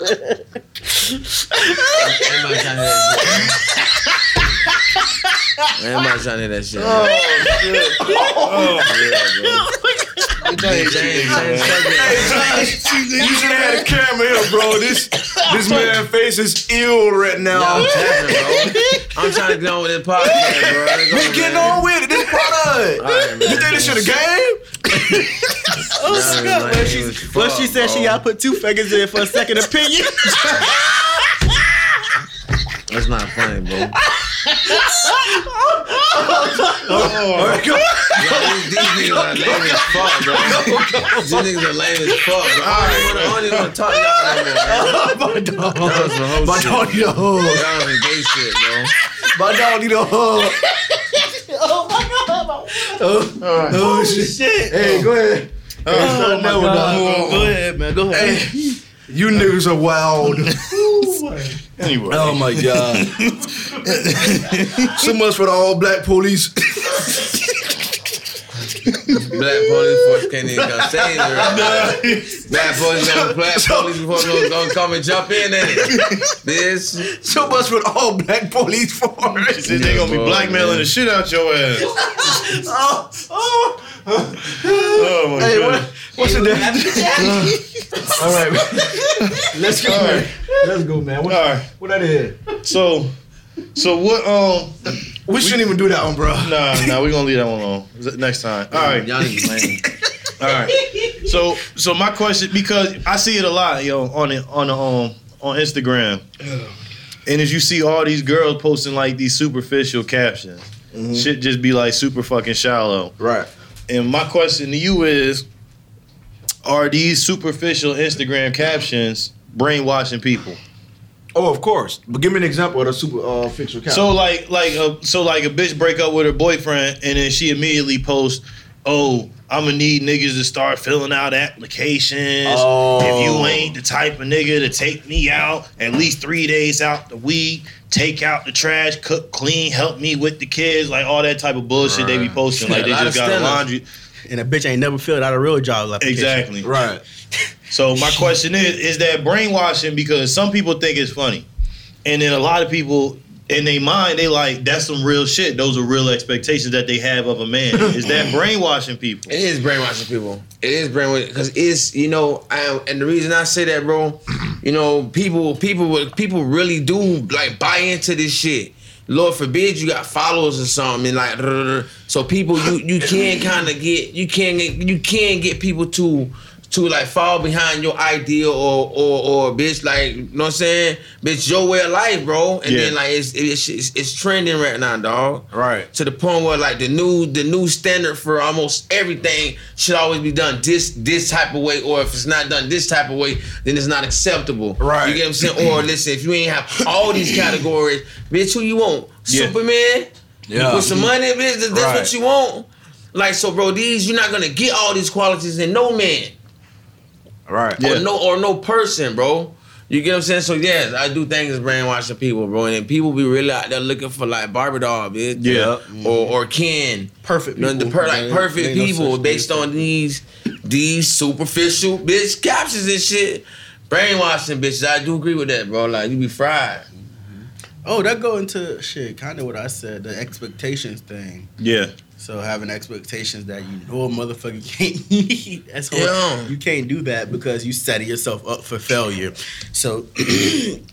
[SPEAKER 2] Everybody trying to hear that shit. Everybody trying to hear that shit. man.
[SPEAKER 3] Oh,
[SPEAKER 2] Change- change the subject.
[SPEAKER 3] you should have had a camera here, bro. This this man's face is ill right now.
[SPEAKER 2] Y'all tell him, bro. I'm trying to get on with this podcast, bro. Let's go,
[SPEAKER 3] We getting
[SPEAKER 2] man.
[SPEAKER 3] on with it. This part of
[SPEAKER 2] All
[SPEAKER 3] it.
[SPEAKER 2] right, man.
[SPEAKER 3] You think this shit a game?
[SPEAKER 2] Nah, man,
[SPEAKER 4] Well, Oh, she,
[SPEAKER 2] it was
[SPEAKER 4] well, she
[SPEAKER 2] fucked,
[SPEAKER 4] said she
[SPEAKER 2] bro.
[SPEAKER 4] gotta put two fingers in for a second opinion.
[SPEAKER 2] That's not funny, bro. Y'all, these, these niggas are lame as fuck, bro. These niggas are lame as fuck, bro. I don't even want to talk to y'all no more, man.
[SPEAKER 3] My dog.
[SPEAKER 2] That was some whole
[SPEAKER 3] My
[SPEAKER 2] shit.
[SPEAKER 3] dog need a hug.
[SPEAKER 2] That was some gay shit, bro.
[SPEAKER 3] My dog need a hug. Oh,
[SPEAKER 1] All right.
[SPEAKER 3] oh shit.
[SPEAKER 4] Shit.
[SPEAKER 3] Hey, go ahead.
[SPEAKER 1] Oh,
[SPEAKER 3] no,
[SPEAKER 1] my God.
[SPEAKER 3] no.
[SPEAKER 1] Move on.
[SPEAKER 4] Go ahead, man. Go ahead.
[SPEAKER 3] Hey, you niggas are wild.
[SPEAKER 1] Anyway.
[SPEAKER 3] Oh my god. so much for the all black police.
[SPEAKER 2] Black police force can't even come save the rest. Black police gonna black police force gonna, gonna come and jump in at it. Bitch.
[SPEAKER 5] So much with all black police force.
[SPEAKER 1] They gonna be
[SPEAKER 2] boy,
[SPEAKER 1] blackmailing
[SPEAKER 2] man.
[SPEAKER 1] the shit out your ass.
[SPEAKER 5] oh, oh.
[SPEAKER 1] Oh my
[SPEAKER 5] Hey, what,
[SPEAKER 1] god.
[SPEAKER 5] what's your name? all right, let's go.
[SPEAKER 1] All
[SPEAKER 5] man.
[SPEAKER 1] right.
[SPEAKER 5] Let's go, man. What,
[SPEAKER 1] All right.
[SPEAKER 5] what that is?
[SPEAKER 1] So, so what? Um,
[SPEAKER 5] We, shouldn't even do that one, bro.
[SPEAKER 1] nah, nah. We gonna leave that one alone next time. All right.
[SPEAKER 2] Y'all niggas lame.
[SPEAKER 1] All right. So so my question because I see it a lot, yo, on the on the um on Instagram. And as you see all these girls posting like these superficial captions, shit just be like super fucking shallow.
[SPEAKER 5] Right.
[SPEAKER 1] And my question to you is are these superficial Instagram captions brainwashing people?
[SPEAKER 5] Oh, of course. But give me an example of a super uh, fictional character.
[SPEAKER 1] So like like a, so like a bitch break up with her boyfriend and then she immediately posts, "Oh, I'm gonna need niggas to start filling out applications. If you
[SPEAKER 5] Oh.
[SPEAKER 1] ain't the type of nigga to take me out at least three days out the week, take out the trash, cook clean, help me with the kids, like all that type of bullshit they be posting. Like
[SPEAKER 2] A
[SPEAKER 1] they
[SPEAKER 2] lot
[SPEAKER 1] just
[SPEAKER 2] of
[SPEAKER 1] got a
[SPEAKER 2] stand-ups.
[SPEAKER 1] laundry.
[SPEAKER 4] And a bitch ain't never filled out a real job application.
[SPEAKER 1] Exactly.
[SPEAKER 5] right.
[SPEAKER 1] So my question is: Is that brainwashing? Because some people think it's funny, and then a lot of people in their mind they like that's some real shit. Those are real expectations that they have of a man. Is that brainwashing people?
[SPEAKER 2] It is brainwashing people. It is brainwashing because it's you know, I, and the reason I say that, bro, you know, people, people, would- people really do like buy into this shit. Lord forbid you got followers or something, and like, so people, you you can kind of get, you can you can get people to to like fall behind your idea or or or bitch like you know what I'm saying bitch your way of life bro and then
[SPEAKER 1] Yeah.
[SPEAKER 2] like it's, it's it's it's trending right now dog
[SPEAKER 5] Right.
[SPEAKER 2] to the point where like the new the new standard for almost everything should always be done this this type of way or if it's not done this type of way then it's not acceptable
[SPEAKER 5] Right.
[SPEAKER 2] you get what i'm saying or listen if you ain't have all these categories bitch who you want
[SPEAKER 1] Yeah.
[SPEAKER 2] superman
[SPEAKER 5] Yeah.
[SPEAKER 2] with some money bitch that's
[SPEAKER 5] Right.
[SPEAKER 2] what you want like so bro these you're not gonna get all these qualities in no man
[SPEAKER 5] Right.
[SPEAKER 1] Yeah.
[SPEAKER 2] or no or no person, bro. You get what I'm saying? So yes, I do think it's brainwashing people, bro. And then people be really out there looking for like Barbie doll, bitch.
[SPEAKER 1] Yeah.
[SPEAKER 2] Or or Ken.
[SPEAKER 4] Perfect
[SPEAKER 2] You know, the
[SPEAKER 4] people.
[SPEAKER 2] per, like
[SPEAKER 4] Ain't-
[SPEAKER 2] perfect
[SPEAKER 4] ain't no
[SPEAKER 2] people
[SPEAKER 4] such
[SPEAKER 2] based
[SPEAKER 4] thing.
[SPEAKER 2] on these these superficial bitch captions and shit. Brainwashing bitches. I do agree with that, bro. Like you be fried.
[SPEAKER 4] Oh, that go into shit, kind of what I said, the expectations thing.
[SPEAKER 1] Yeah,
[SPEAKER 4] So having expectations that you know a motherfucker can't meet. That's hard.
[SPEAKER 2] Yeah.
[SPEAKER 4] You can't do that because you setting yourself up for failure. So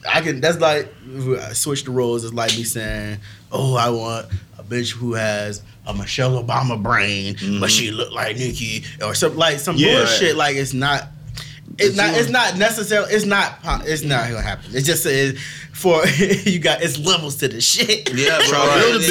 [SPEAKER 4] I can that's like I switch the roles. It's like me saying, Oh, I want a bitch who has a Michelle Obama brain, but she look like Nikki or something like some
[SPEAKER 1] Yeah.
[SPEAKER 4] bullshit. Like it's not it's not. It's not necessarily. It's not. po- It's not gonna happen. It's just it's for you got. It's levels to the shit.
[SPEAKER 2] Yeah, bro.
[SPEAKER 4] So,
[SPEAKER 2] Right.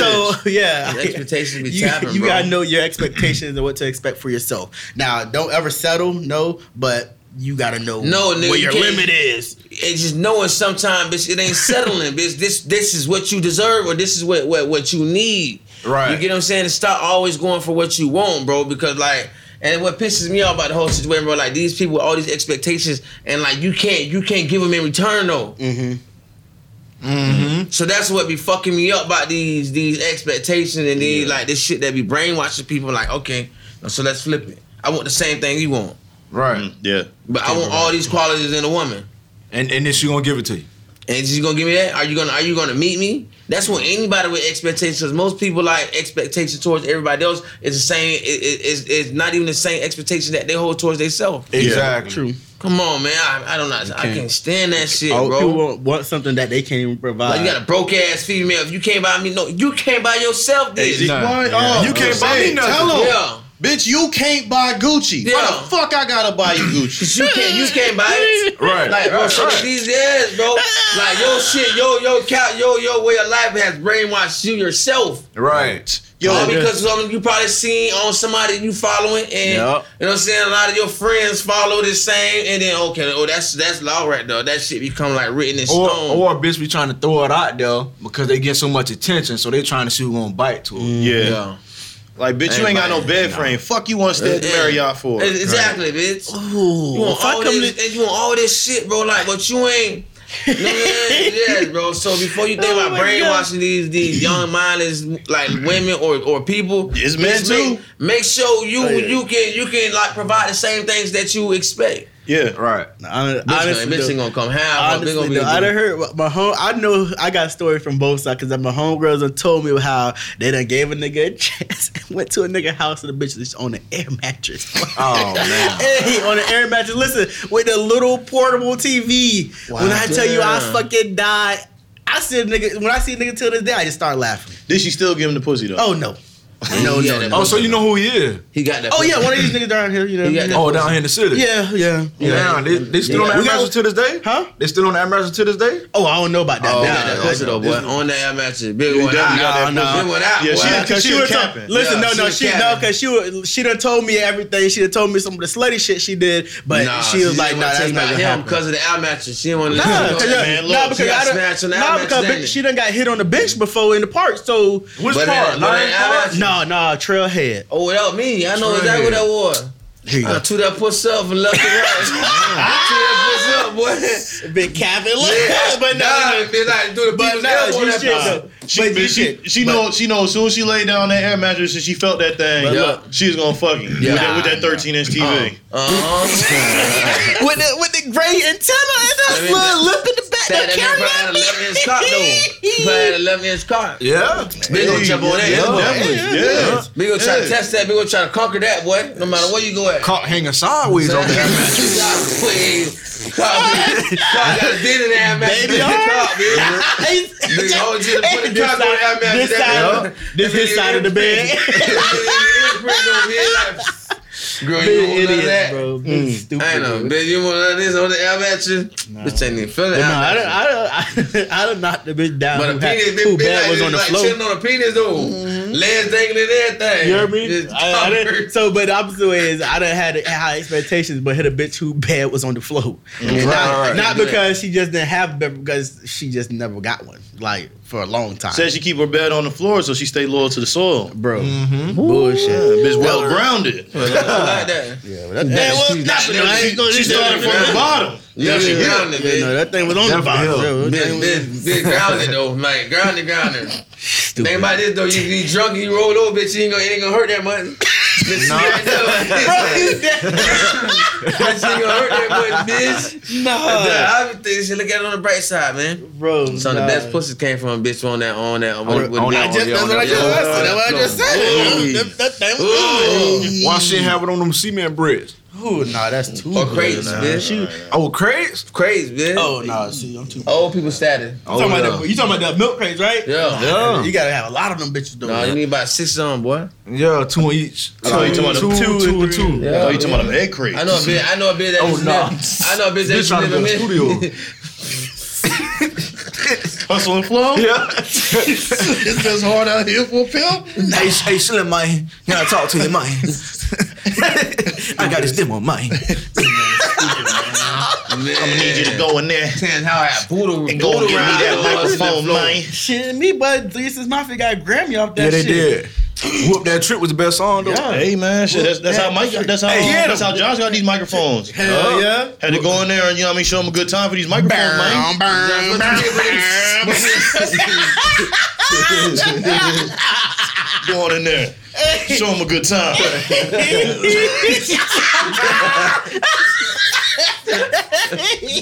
[SPEAKER 4] So yeah,
[SPEAKER 2] Your expectations be
[SPEAKER 4] you,
[SPEAKER 2] tapping,
[SPEAKER 4] you
[SPEAKER 2] bro.
[SPEAKER 4] gotta know your expectations and what to expect for yourself. Now, don't ever settle. No, but you gotta know.
[SPEAKER 2] No, nigga,
[SPEAKER 4] where
[SPEAKER 2] you
[SPEAKER 4] your
[SPEAKER 2] can't-
[SPEAKER 4] limit is.
[SPEAKER 2] and just knowing sometimes bitch it ain't settling bitch this this is what you deserve or this is what what, what you need
[SPEAKER 5] Right.
[SPEAKER 2] you get what i'm saying and stop always going for what you want bro because like and what pisses me off about the whole situation bro like these people with all these expectations and like you can't you can't give them in return though so that's what be fucking me up about these these expectations and these like this shit that be brainwashing people like okay so let's flip it i want the same thing you want
[SPEAKER 3] Mm-hmm.
[SPEAKER 5] Right.
[SPEAKER 1] Mm, yeah.
[SPEAKER 2] but i want all these qualities in a woman
[SPEAKER 5] And and then she gonna give it to you.
[SPEAKER 2] And she's gonna give me that? Are you gonna Are you gonna meet me? That's when anybody with expectations. 'cause Most people like expectations towards everybody else is the same. It, it, it's, it's not even the same expectation that they hold towards themselves.
[SPEAKER 5] Exactly.
[SPEAKER 4] True.
[SPEAKER 2] Come on, man. I, I don't know. I can't stand that shit,
[SPEAKER 4] Oh,
[SPEAKER 2] bro.
[SPEAKER 4] people want, want something that they can't even provide.
[SPEAKER 2] like you got a broke ass female. If you can't buy me, no, you can't buy yourself this.
[SPEAKER 5] Nah.
[SPEAKER 1] Why?
[SPEAKER 5] Yeah.
[SPEAKER 1] Oh,
[SPEAKER 5] You can't
[SPEAKER 1] say
[SPEAKER 5] buy me
[SPEAKER 1] it.
[SPEAKER 5] nothing.
[SPEAKER 1] Tell 'em.
[SPEAKER 2] Yeah.
[SPEAKER 1] bitch, you can't buy Gucci. Why
[SPEAKER 2] Yeah.
[SPEAKER 1] the fuck I gotta buy you Gucci?
[SPEAKER 2] Cause you can't, you can't buy it.
[SPEAKER 5] Right.
[SPEAKER 2] Like, bro,
[SPEAKER 5] Right,
[SPEAKER 2] shit,
[SPEAKER 5] right.
[SPEAKER 2] these ass, bro. Like, yo, shit, yo, yo, cow, yo, yo, way of life has brainwashed you yourself.
[SPEAKER 5] Right.
[SPEAKER 1] Yo,
[SPEAKER 2] All because of something you probably seen on somebody you following, and you know
[SPEAKER 5] Yup.
[SPEAKER 2] what I'm saying. A lot of your friends follow the same, and then okay, oh that's that's law right there. That shit become like written in
[SPEAKER 5] Or
[SPEAKER 2] stone.
[SPEAKER 5] or a bitch be trying to throw it out there because they get so much attention, so they trying to see who gonna bite to it.
[SPEAKER 1] yeah.
[SPEAKER 2] yeah.
[SPEAKER 1] like bitch, you ain't got no bed frame. Fuck you want Stead to
[SPEAKER 2] Yeah.
[SPEAKER 1] marry y'all for?
[SPEAKER 2] Ex- Exactly, bitch.
[SPEAKER 4] Ooh,
[SPEAKER 2] You want
[SPEAKER 4] if I
[SPEAKER 2] all
[SPEAKER 4] come
[SPEAKER 2] this,
[SPEAKER 4] to-
[SPEAKER 2] and you want all this shit, bro. Like, but you ain't. No, yes, yes, bro. So before you think
[SPEAKER 4] Oh
[SPEAKER 2] about
[SPEAKER 4] my
[SPEAKER 2] brainwashing these these young mindless like women or or people,
[SPEAKER 1] It's men
[SPEAKER 2] just make-
[SPEAKER 1] too.
[SPEAKER 2] Make sure
[SPEAKER 4] Oh,
[SPEAKER 2] you
[SPEAKER 1] yeah.
[SPEAKER 2] you can you can like provide the same things that you expect.
[SPEAKER 1] Yeah.
[SPEAKER 3] Right.
[SPEAKER 4] Hon-
[SPEAKER 2] Bitch,
[SPEAKER 4] honestly,
[SPEAKER 2] ain't- bitch
[SPEAKER 4] though-
[SPEAKER 2] ain't gonna come half.
[SPEAKER 4] Honestly,
[SPEAKER 2] Honestly, gonna be
[SPEAKER 4] though, I done heard my home. I know I got a story from both sides because my homegirls done told me how they done gave a nigga a chance and went to a nigga house and the bitch was on an air mattress.
[SPEAKER 3] Oh, man.
[SPEAKER 4] hey, on an air mattress. Listen, with a little portable TV. When I tell you I
[SPEAKER 2] Damn.
[SPEAKER 4] fucking died, I see a nigga. When I see a nigga till this day, I just start laughing.
[SPEAKER 1] Did she still give him the pussy though?
[SPEAKER 4] Oh no, no,
[SPEAKER 2] Yeah,
[SPEAKER 4] no,
[SPEAKER 2] that-
[SPEAKER 4] no.
[SPEAKER 3] Oh, so you know who he is?
[SPEAKER 2] he got that.
[SPEAKER 4] Oh yeah, one of these niggas down here. You know.
[SPEAKER 2] You got
[SPEAKER 4] you
[SPEAKER 2] that-
[SPEAKER 4] know.
[SPEAKER 3] Oh, down here in the city.
[SPEAKER 4] Yeah, yeah.
[SPEAKER 2] Yeah.
[SPEAKER 3] Damn, they, they still
[SPEAKER 2] Yeah.
[SPEAKER 3] on
[SPEAKER 4] We
[SPEAKER 3] the
[SPEAKER 4] got-
[SPEAKER 3] Ambassador to this day?
[SPEAKER 4] Huh?
[SPEAKER 3] They still on the Ambassador to this day?
[SPEAKER 4] Oh, I don't know about that.
[SPEAKER 3] Oh,
[SPEAKER 2] He
[SPEAKER 4] Nah,
[SPEAKER 2] got that
[SPEAKER 4] nah,
[SPEAKER 2] pussy
[SPEAKER 4] nah.
[SPEAKER 2] though, boy. On the air matches, big
[SPEAKER 1] You
[SPEAKER 2] one
[SPEAKER 1] definitely got
[SPEAKER 2] out.
[SPEAKER 1] that pussy.
[SPEAKER 2] Big one out.
[SPEAKER 1] Yeah, she
[SPEAKER 2] boy.
[SPEAKER 1] done cut-
[SPEAKER 4] Cause she,
[SPEAKER 1] was
[SPEAKER 4] was
[SPEAKER 1] capping.
[SPEAKER 4] told, listen,
[SPEAKER 2] Yeah,
[SPEAKER 4] no,
[SPEAKER 2] she
[SPEAKER 4] no,
[SPEAKER 2] was
[SPEAKER 4] she
[SPEAKER 2] capping.
[SPEAKER 4] no, cause she was, she done told me everything. She done told me some of the slutty shit she did, but
[SPEAKER 2] Nah,
[SPEAKER 4] she
[SPEAKER 2] didn't
[SPEAKER 4] was like,
[SPEAKER 2] wanna
[SPEAKER 4] nah,
[SPEAKER 2] tell
[SPEAKER 4] that's
[SPEAKER 2] you
[SPEAKER 4] not
[SPEAKER 2] about
[SPEAKER 4] gonna
[SPEAKER 2] him
[SPEAKER 4] happen.
[SPEAKER 2] because of the out matches. She didn't want to.
[SPEAKER 4] Nah, cause,
[SPEAKER 1] Man,
[SPEAKER 4] yeah,
[SPEAKER 1] look,
[SPEAKER 4] nah,
[SPEAKER 1] she
[SPEAKER 4] because
[SPEAKER 2] got
[SPEAKER 4] I done,
[SPEAKER 2] snatched on the
[SPEAKER 4] nah,
[SPEAKER 2] outmatch,
[SPEAKER 4] because
[SPEAKER 2] didn't
[SPEAKER 4] bitch,
[SPEAKER 2] it?
[SPEAKER 4] she done got hit on the bench before in the park. So
[SPEAKER 3] Which
[SPEAKER 2] But
[SPEAKER 3] part?
[SPEAKER 2] that- but
[SPEAKER 3] Lion
[SPEAKER 2] that
[SPEAKER 3] part?
[SPEAKER 2] Ambassador-
[SPEAKER 4] no, no, trailhead.
[SPEAKER 2] Oh, without me, I know
[SPEAKER 3] Sure
[SPEAKER 2] exactly what
[SPEAKER 3] did.
[SPEAKER 2] that was.
[SPEAKER 4] Here you
[SPEAKER 2] I
[SPEAKER 4] go.
[SPEAKER 2] threw that pussy up and left it right. I threw that pussy up, boy.
[SPEAKER 4] Big Kevin, look, but
[SPEAKER 2] Nah,
[SPEAKER 4] no,
[SPEAKER 2] man, like, do the
[SPEAKER 4] but
[SPEAKER 2] people's
[SPEAKER 4] no,
[SPEAKER 2] elbow
[SPEAKER 4] you
[SPEAKER 2] that
[SPEAKER 4] shit.
[SPEAKER 2] pussy.
[SPEAKER 4] though.
[SPEAKER 1] She,
[SPEAKER 4] But
[SPEAKER 1] but
[SPEAKER 4] you
[SPEAKER 1] she,
[SPEAKER 4] shit.
[SPEAKER 1] she know, she know. As soon as she laid down that air mattress and she felt that thing,
[SPEAKER 2] But look-
[SPEAKER 1] she was gonna fuck him
[SPEAKER 2] Yeah.
[SPEAKER 1] with, that, with that 13 inch TV.
[SPEAKER 2] Uh-huh.
[SPEAKER 4] with the with the gray antenna and that
[SPEAKER 2] Let me-
[SPEAKER 4] little lip in the back.
[SPEAKER 2] That
[SPEAKER 4] That
[SPEAKER 2] that man probably had an 11 inch cock, though. Probably had an 11 inch cock.
[SPEAKER 3] Yeah.
[SPEAKER 2] Big gonna jump on that.
[SPEAKER 1] Yeah,
[SPEAKER 2] boy.
[SPEAKER 1] definitely. Yeah.
[SPEAKER 2] Big gonna try to
[SPEAKER 1] Yeah.
[SPEAKER 2] test that. Big gonna try to conquer that, boy. No matter where you go at.
[SPEAKER 3] Caught hanging sideways on that.
[SPEAKER 2] Please. Cock, man. Cock got a dent in that match.
[SPEAKER 4] Baby,
[SPEAKER 2] Cock, man.
[SPEAKER 4] Nigga,
[SPEAKER 2] Nigga, hold you to put the
[SPEAKER 4] this
[SPEAKER 2] cock on that
[SPEAKER 4] side,
[SPEAKER 2] mattress.
[SPEAKER 4] this
[SPEAKER 2] That
[SPEAKER 4] side, this his side of the bed.
[SPEAKER 2] Girl, you
[SPEAKER 4] Big
[SPEAKER 2] want none of that?
[SPEAKER 4] idiots, bro. Big Stupid.
[SPEAKER 2] I know,
[SPEAKER 4] bro.
[SPEAKER 2] bitch. You want none of this on the L matches? Bitch ain't even feeling
[SPEAKER 4] But no, I done,
[SPEAKER 2] that.
[SPEAKER 4] I done, I done knocked the bitch down.
[SPEAKER 2] But a
[SPEAKER 4] who had-
[SPEAKER 2] penis,
[SPEAKER 4] who
[SPEAKER 2] bitch, bitch,
[SPEAKER 4] bad
[SPEAKER 2] like,
[SPEAKER 4] was
[SPEAKER 2] was
[SPEAKER 4] on the
[SPEAKER 2] like
[SPEAKER 4] floor. Mm-hmm.
[SPEAKER 2] chilling on a penis though, legs dangling, and everything.
[SPEAKER 4] You hear me?
[SPEAKER 2] Just
[SPEAKER 4] I, I didn't,
[SPEAKER 2] covered.
[SPEAKER 4] so, but the opposite way is I done had high expectations, but hit a bitch who bad was on the floor.
[SPEAKER 2] Mm-hmm.
[SPEAKER 4] And not
[SPEAKER 3] right.
[SPEAKER 4] not
[SPEAKER 2] Yeah.
[SPEAKER 4] because she just didn't have, but because she just never got one, like for a long time.
[SPEAKER 1] Said she keep her bed on the floor so she stay loyal to the soil.
[SPEAKER 4] bro,
[SPEAKER 2] Mm-hmm.
[SPEAKER 1] Yeah,
[SPEAKER 4] bullshit.
[SPEAKER 1] bitch, well grounded.
[SPEAKER 2] like that.
[SPEAKER 4] Yeah, but that,
[SPEAKER 1] Man, well,
[SPEAKER 4] she,
[SPEAKER 1] nah,
[SPEAKER 4] no, I ain't gonna-
[SPEAKER 1] she
[SPEAKER 4] she-
[SPEAKER 1] started from the bottom.
[SPEAKER 2] Yeah,
[SPEAKER 1] Now she
[SPEAKER 2] yeah,
[SPEAKER 1] grounded.
[SPEAKER 2] grounded,
[SPEAKER 4] yeah, no,
[SPEAKER 2] bitch.
[SPEAKER 4] that thing was on the
[SPEAKER 3] Definitely
[SPEAKER 4] bottom.
[SPEAKER 3] hell.
[SPEAKER 4] bro. That
[SPEAKER 2] Bitch,
[SPEAKER 4] thing was
[SPEAKER 2] bitch, bitch, grounded though, man. Grounded, grounded.
[SPEAKER 4] stupid.
[SPEAKER 2] Think about this though. You, you drunk, you roll over, bitch. You ain't gonna, it ain't gonna hurt that much. Bitch, no. bitch, you ain't gonna hurt that much, bitch.
[SPEAKER 4] Nah,
[SPEAKER 2] I would think shit. Look at it on the bright side, man.
[SPEAKER 4] bro.
[SPEAKER 2] Some of
[SPEAKER 4] nah.
[SPEAKER 2] the best pussies came from a bitch on that on that on,
[SPEAKER 3] On-
[SPEAKER 2] with-
[SPEAKER 3] on
[SPEAKER 2] with-
[SPEAKER 3] that-
[SPEAKER 4] I just,
[SPEAKER 3] yeah,
[SPEAKER 4] that's
[SPEAKER 3] on
[SPEAKER 4] what I
[SPEAKER 3] that-
[SPEAKER 4] just
[SPEAKER 3] yeah,
[SPEAKER 4] said. That's what I just
[SPEAKER 2] Ooh.
[SPEAKER 4] said. That- That thing was.
[SPEAKER 3] Why she have it on them cement bricks?
[SPEAKER 4] Ooh, nah, that's too
[SPEAKER 2] Or
[SPEAKER 4] good,
[SPEAKER 2] crates,
[SPEAKER 4] nah.
[SPEAKER 2] bitch.
[SPEAKER 4] She-
[SPEAKER 3] Oh, crazy.
[SPEAKER 2] crazy, bitch.
[SPEAKER 4] Oh nah, see, I'm too.
[SPEAKER 2] Old people status.
[SPEAKER 4] You
[SPEAKER 3] Oh,
[SPEAKER 4] talking, about that, you talking about that milk crates, right?
[SPEAKER 2] Yeah.
[SPEAKER 3] Yeah.
[SPEAKER 4] You gotta have a lot of them bitches though.
[SPEAKER 2] No, you need about six of them, boy.
[SPEAKER 3] Yeah, two on each.
[SPEAKER 1] Oh, you talking about
[SPEAKER 3] two,
[SPEAKER 1] the
[SPEAKER 3] two,
[SPEAKER 1] two
[SPEAKER 3] two,
[SPEAKER 1] and
[SPEAKER 3] and two.
[SPEAKER 1] Yeah. Oh, you talking about them egg crates?
[SPEAKER 2] I know a bit. I know a bit that.
[SPEAKER 3] Oh,
[SPEAKER 2] used to
[SPEAKER 3] nah.
[SPEAKER 2] live- I know a bit that.
[SPEAKER 3] Bitch
[SPEAKER 2] used to
[SPEAKER 3] trying to
[SPEAKER 2] live
[SPEAKER 3] go to
[SPEAKER 2] in
[SPEAKER 3] studio.
[SPEAKER 1] Hustle and flow.
[SPEAKER 3] Yeah.
[SPEAKER 1] it's just hard out here for a pimp.
[SPEAKER 5] Hey, hey, Slim, man. Can I talk to you, man? I got this demo, man.
[SPEAKER 1] I need you to go in there
[SPEAKER 2] Saying how I poodle
[SPEAKER 1] and go and give me that microphone, man.
[SPEAKER 4] Shit, me, but Three Six Mafia got a Grammy off that
[SPEAKER 3] yeah, they
[SPEAKER 4] shit.
[SPEAKER 3] did. Whoop that trip was the best song though.
[SPEAKER 4] Yeah.
[SPEAKER 1] Hey man, shit, that's, that's how Mike. That's how.
[SPEAKER 3] Hey, yeah.
[SPEAKER 1] that's how Josh got these microphones.
[SPEAKER 4] Hell yeah.
[SPEAKER 1] Had to go in there and you know what I mean, show him a good time for these microphones, man. Go on in there, show him a good time.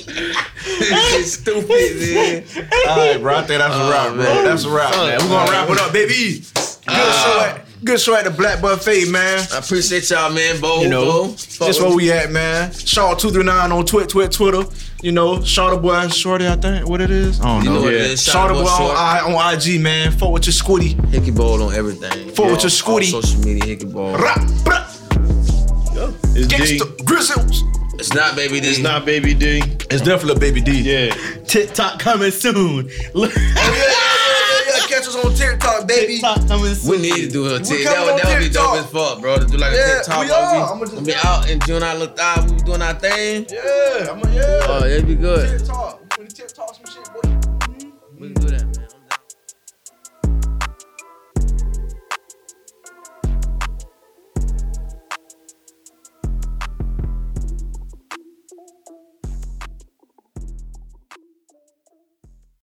[SPEAKER 2] It's stupid, man.
[SPEAKER 3] All right, bro. I think that's a wrap, bro.
[SPEAKER 2] man.
[SPEAKER 3] That's a wrap, man. We're gonna wrap it up, baby. Good show, at, good show at the Black Buffet, man.
[SPEAKER 2] I appreciate y'all, man. Bo,
[SPEAKER 3] You know,
[SPEAKER 2] Bo.
[SPEAKER 3] That's where we at, man. Shaw two three nine on Twit, Twit, Twitter. You know, Shaw the boy, Shorty, I think what it is. I don't
[SPEAKER 2] You know
[SPEAKER 3] know.
[SPEAKER 2] what it
[SPEAKER 1] Yeah.
[SPEAKER 2] is.
[SPEAKER 3] Shaw the boy on,
[SPEAKER 2] Short.
[SPEAKER 3] I, on IG, man. Fuck with your squiddy.
[SPEAKER 2] Hickey Bowl on everything.
[SPEAKER 3] Fuck with your
[SPEAKER 2] All
[SPEAKER 3] Scooty.
[SPEAKER 2] Social media, Hickey Bowl.
[SPEAKER 3] Rap, rap,
[SPEAKER 1] It's D.
[SPEAKER 3] gangsta, grizzles.
[SPEAKER 2] It's not baby D.
[SPEAKER 1] It's not Baby D.
[SPEAKER 3] It's definitely a baby D.
[SPEAKER 1] Yeah.
[SPEAKER 4] TikTok coming soon. Look,
[SPEAKER 3] yeah, yeah, yeah, yeah. Catch us on TikTok, baby.
[SPEAKER 4] TikTok coming soon.
[SPEAKER 2] We need to do a
[SPEAKER 3] We
[SPEAKER 2] tick. That
[SPEAKER 3] coming
[SPEAKER 2] would,
[SPEAKER 3] on
[SPEAKER 2] that would be dope
[SPEAKER 3] TikTok.
[SPEAKER 2] as fuck, bro. To do like
[SPEAKER 3] Yeah,
[SPEAKER 2] a TikTok.
[SPEAKER 3] we
[SPEAKER 2] bro.
[SPEAKER 3] are.
[SPEAKER 2] We,
[SPEAKER 3] I'ma just-
[SPEAKER 2] we be out and doing our little thigh. We be doing our thing.
[SPEAKER 3] Yeah, I'm a yeah.
[SPEAKER 2] Oh, that'd be good.
[SPEAKER 3] TikTok, we finna TikTok some shit, boy.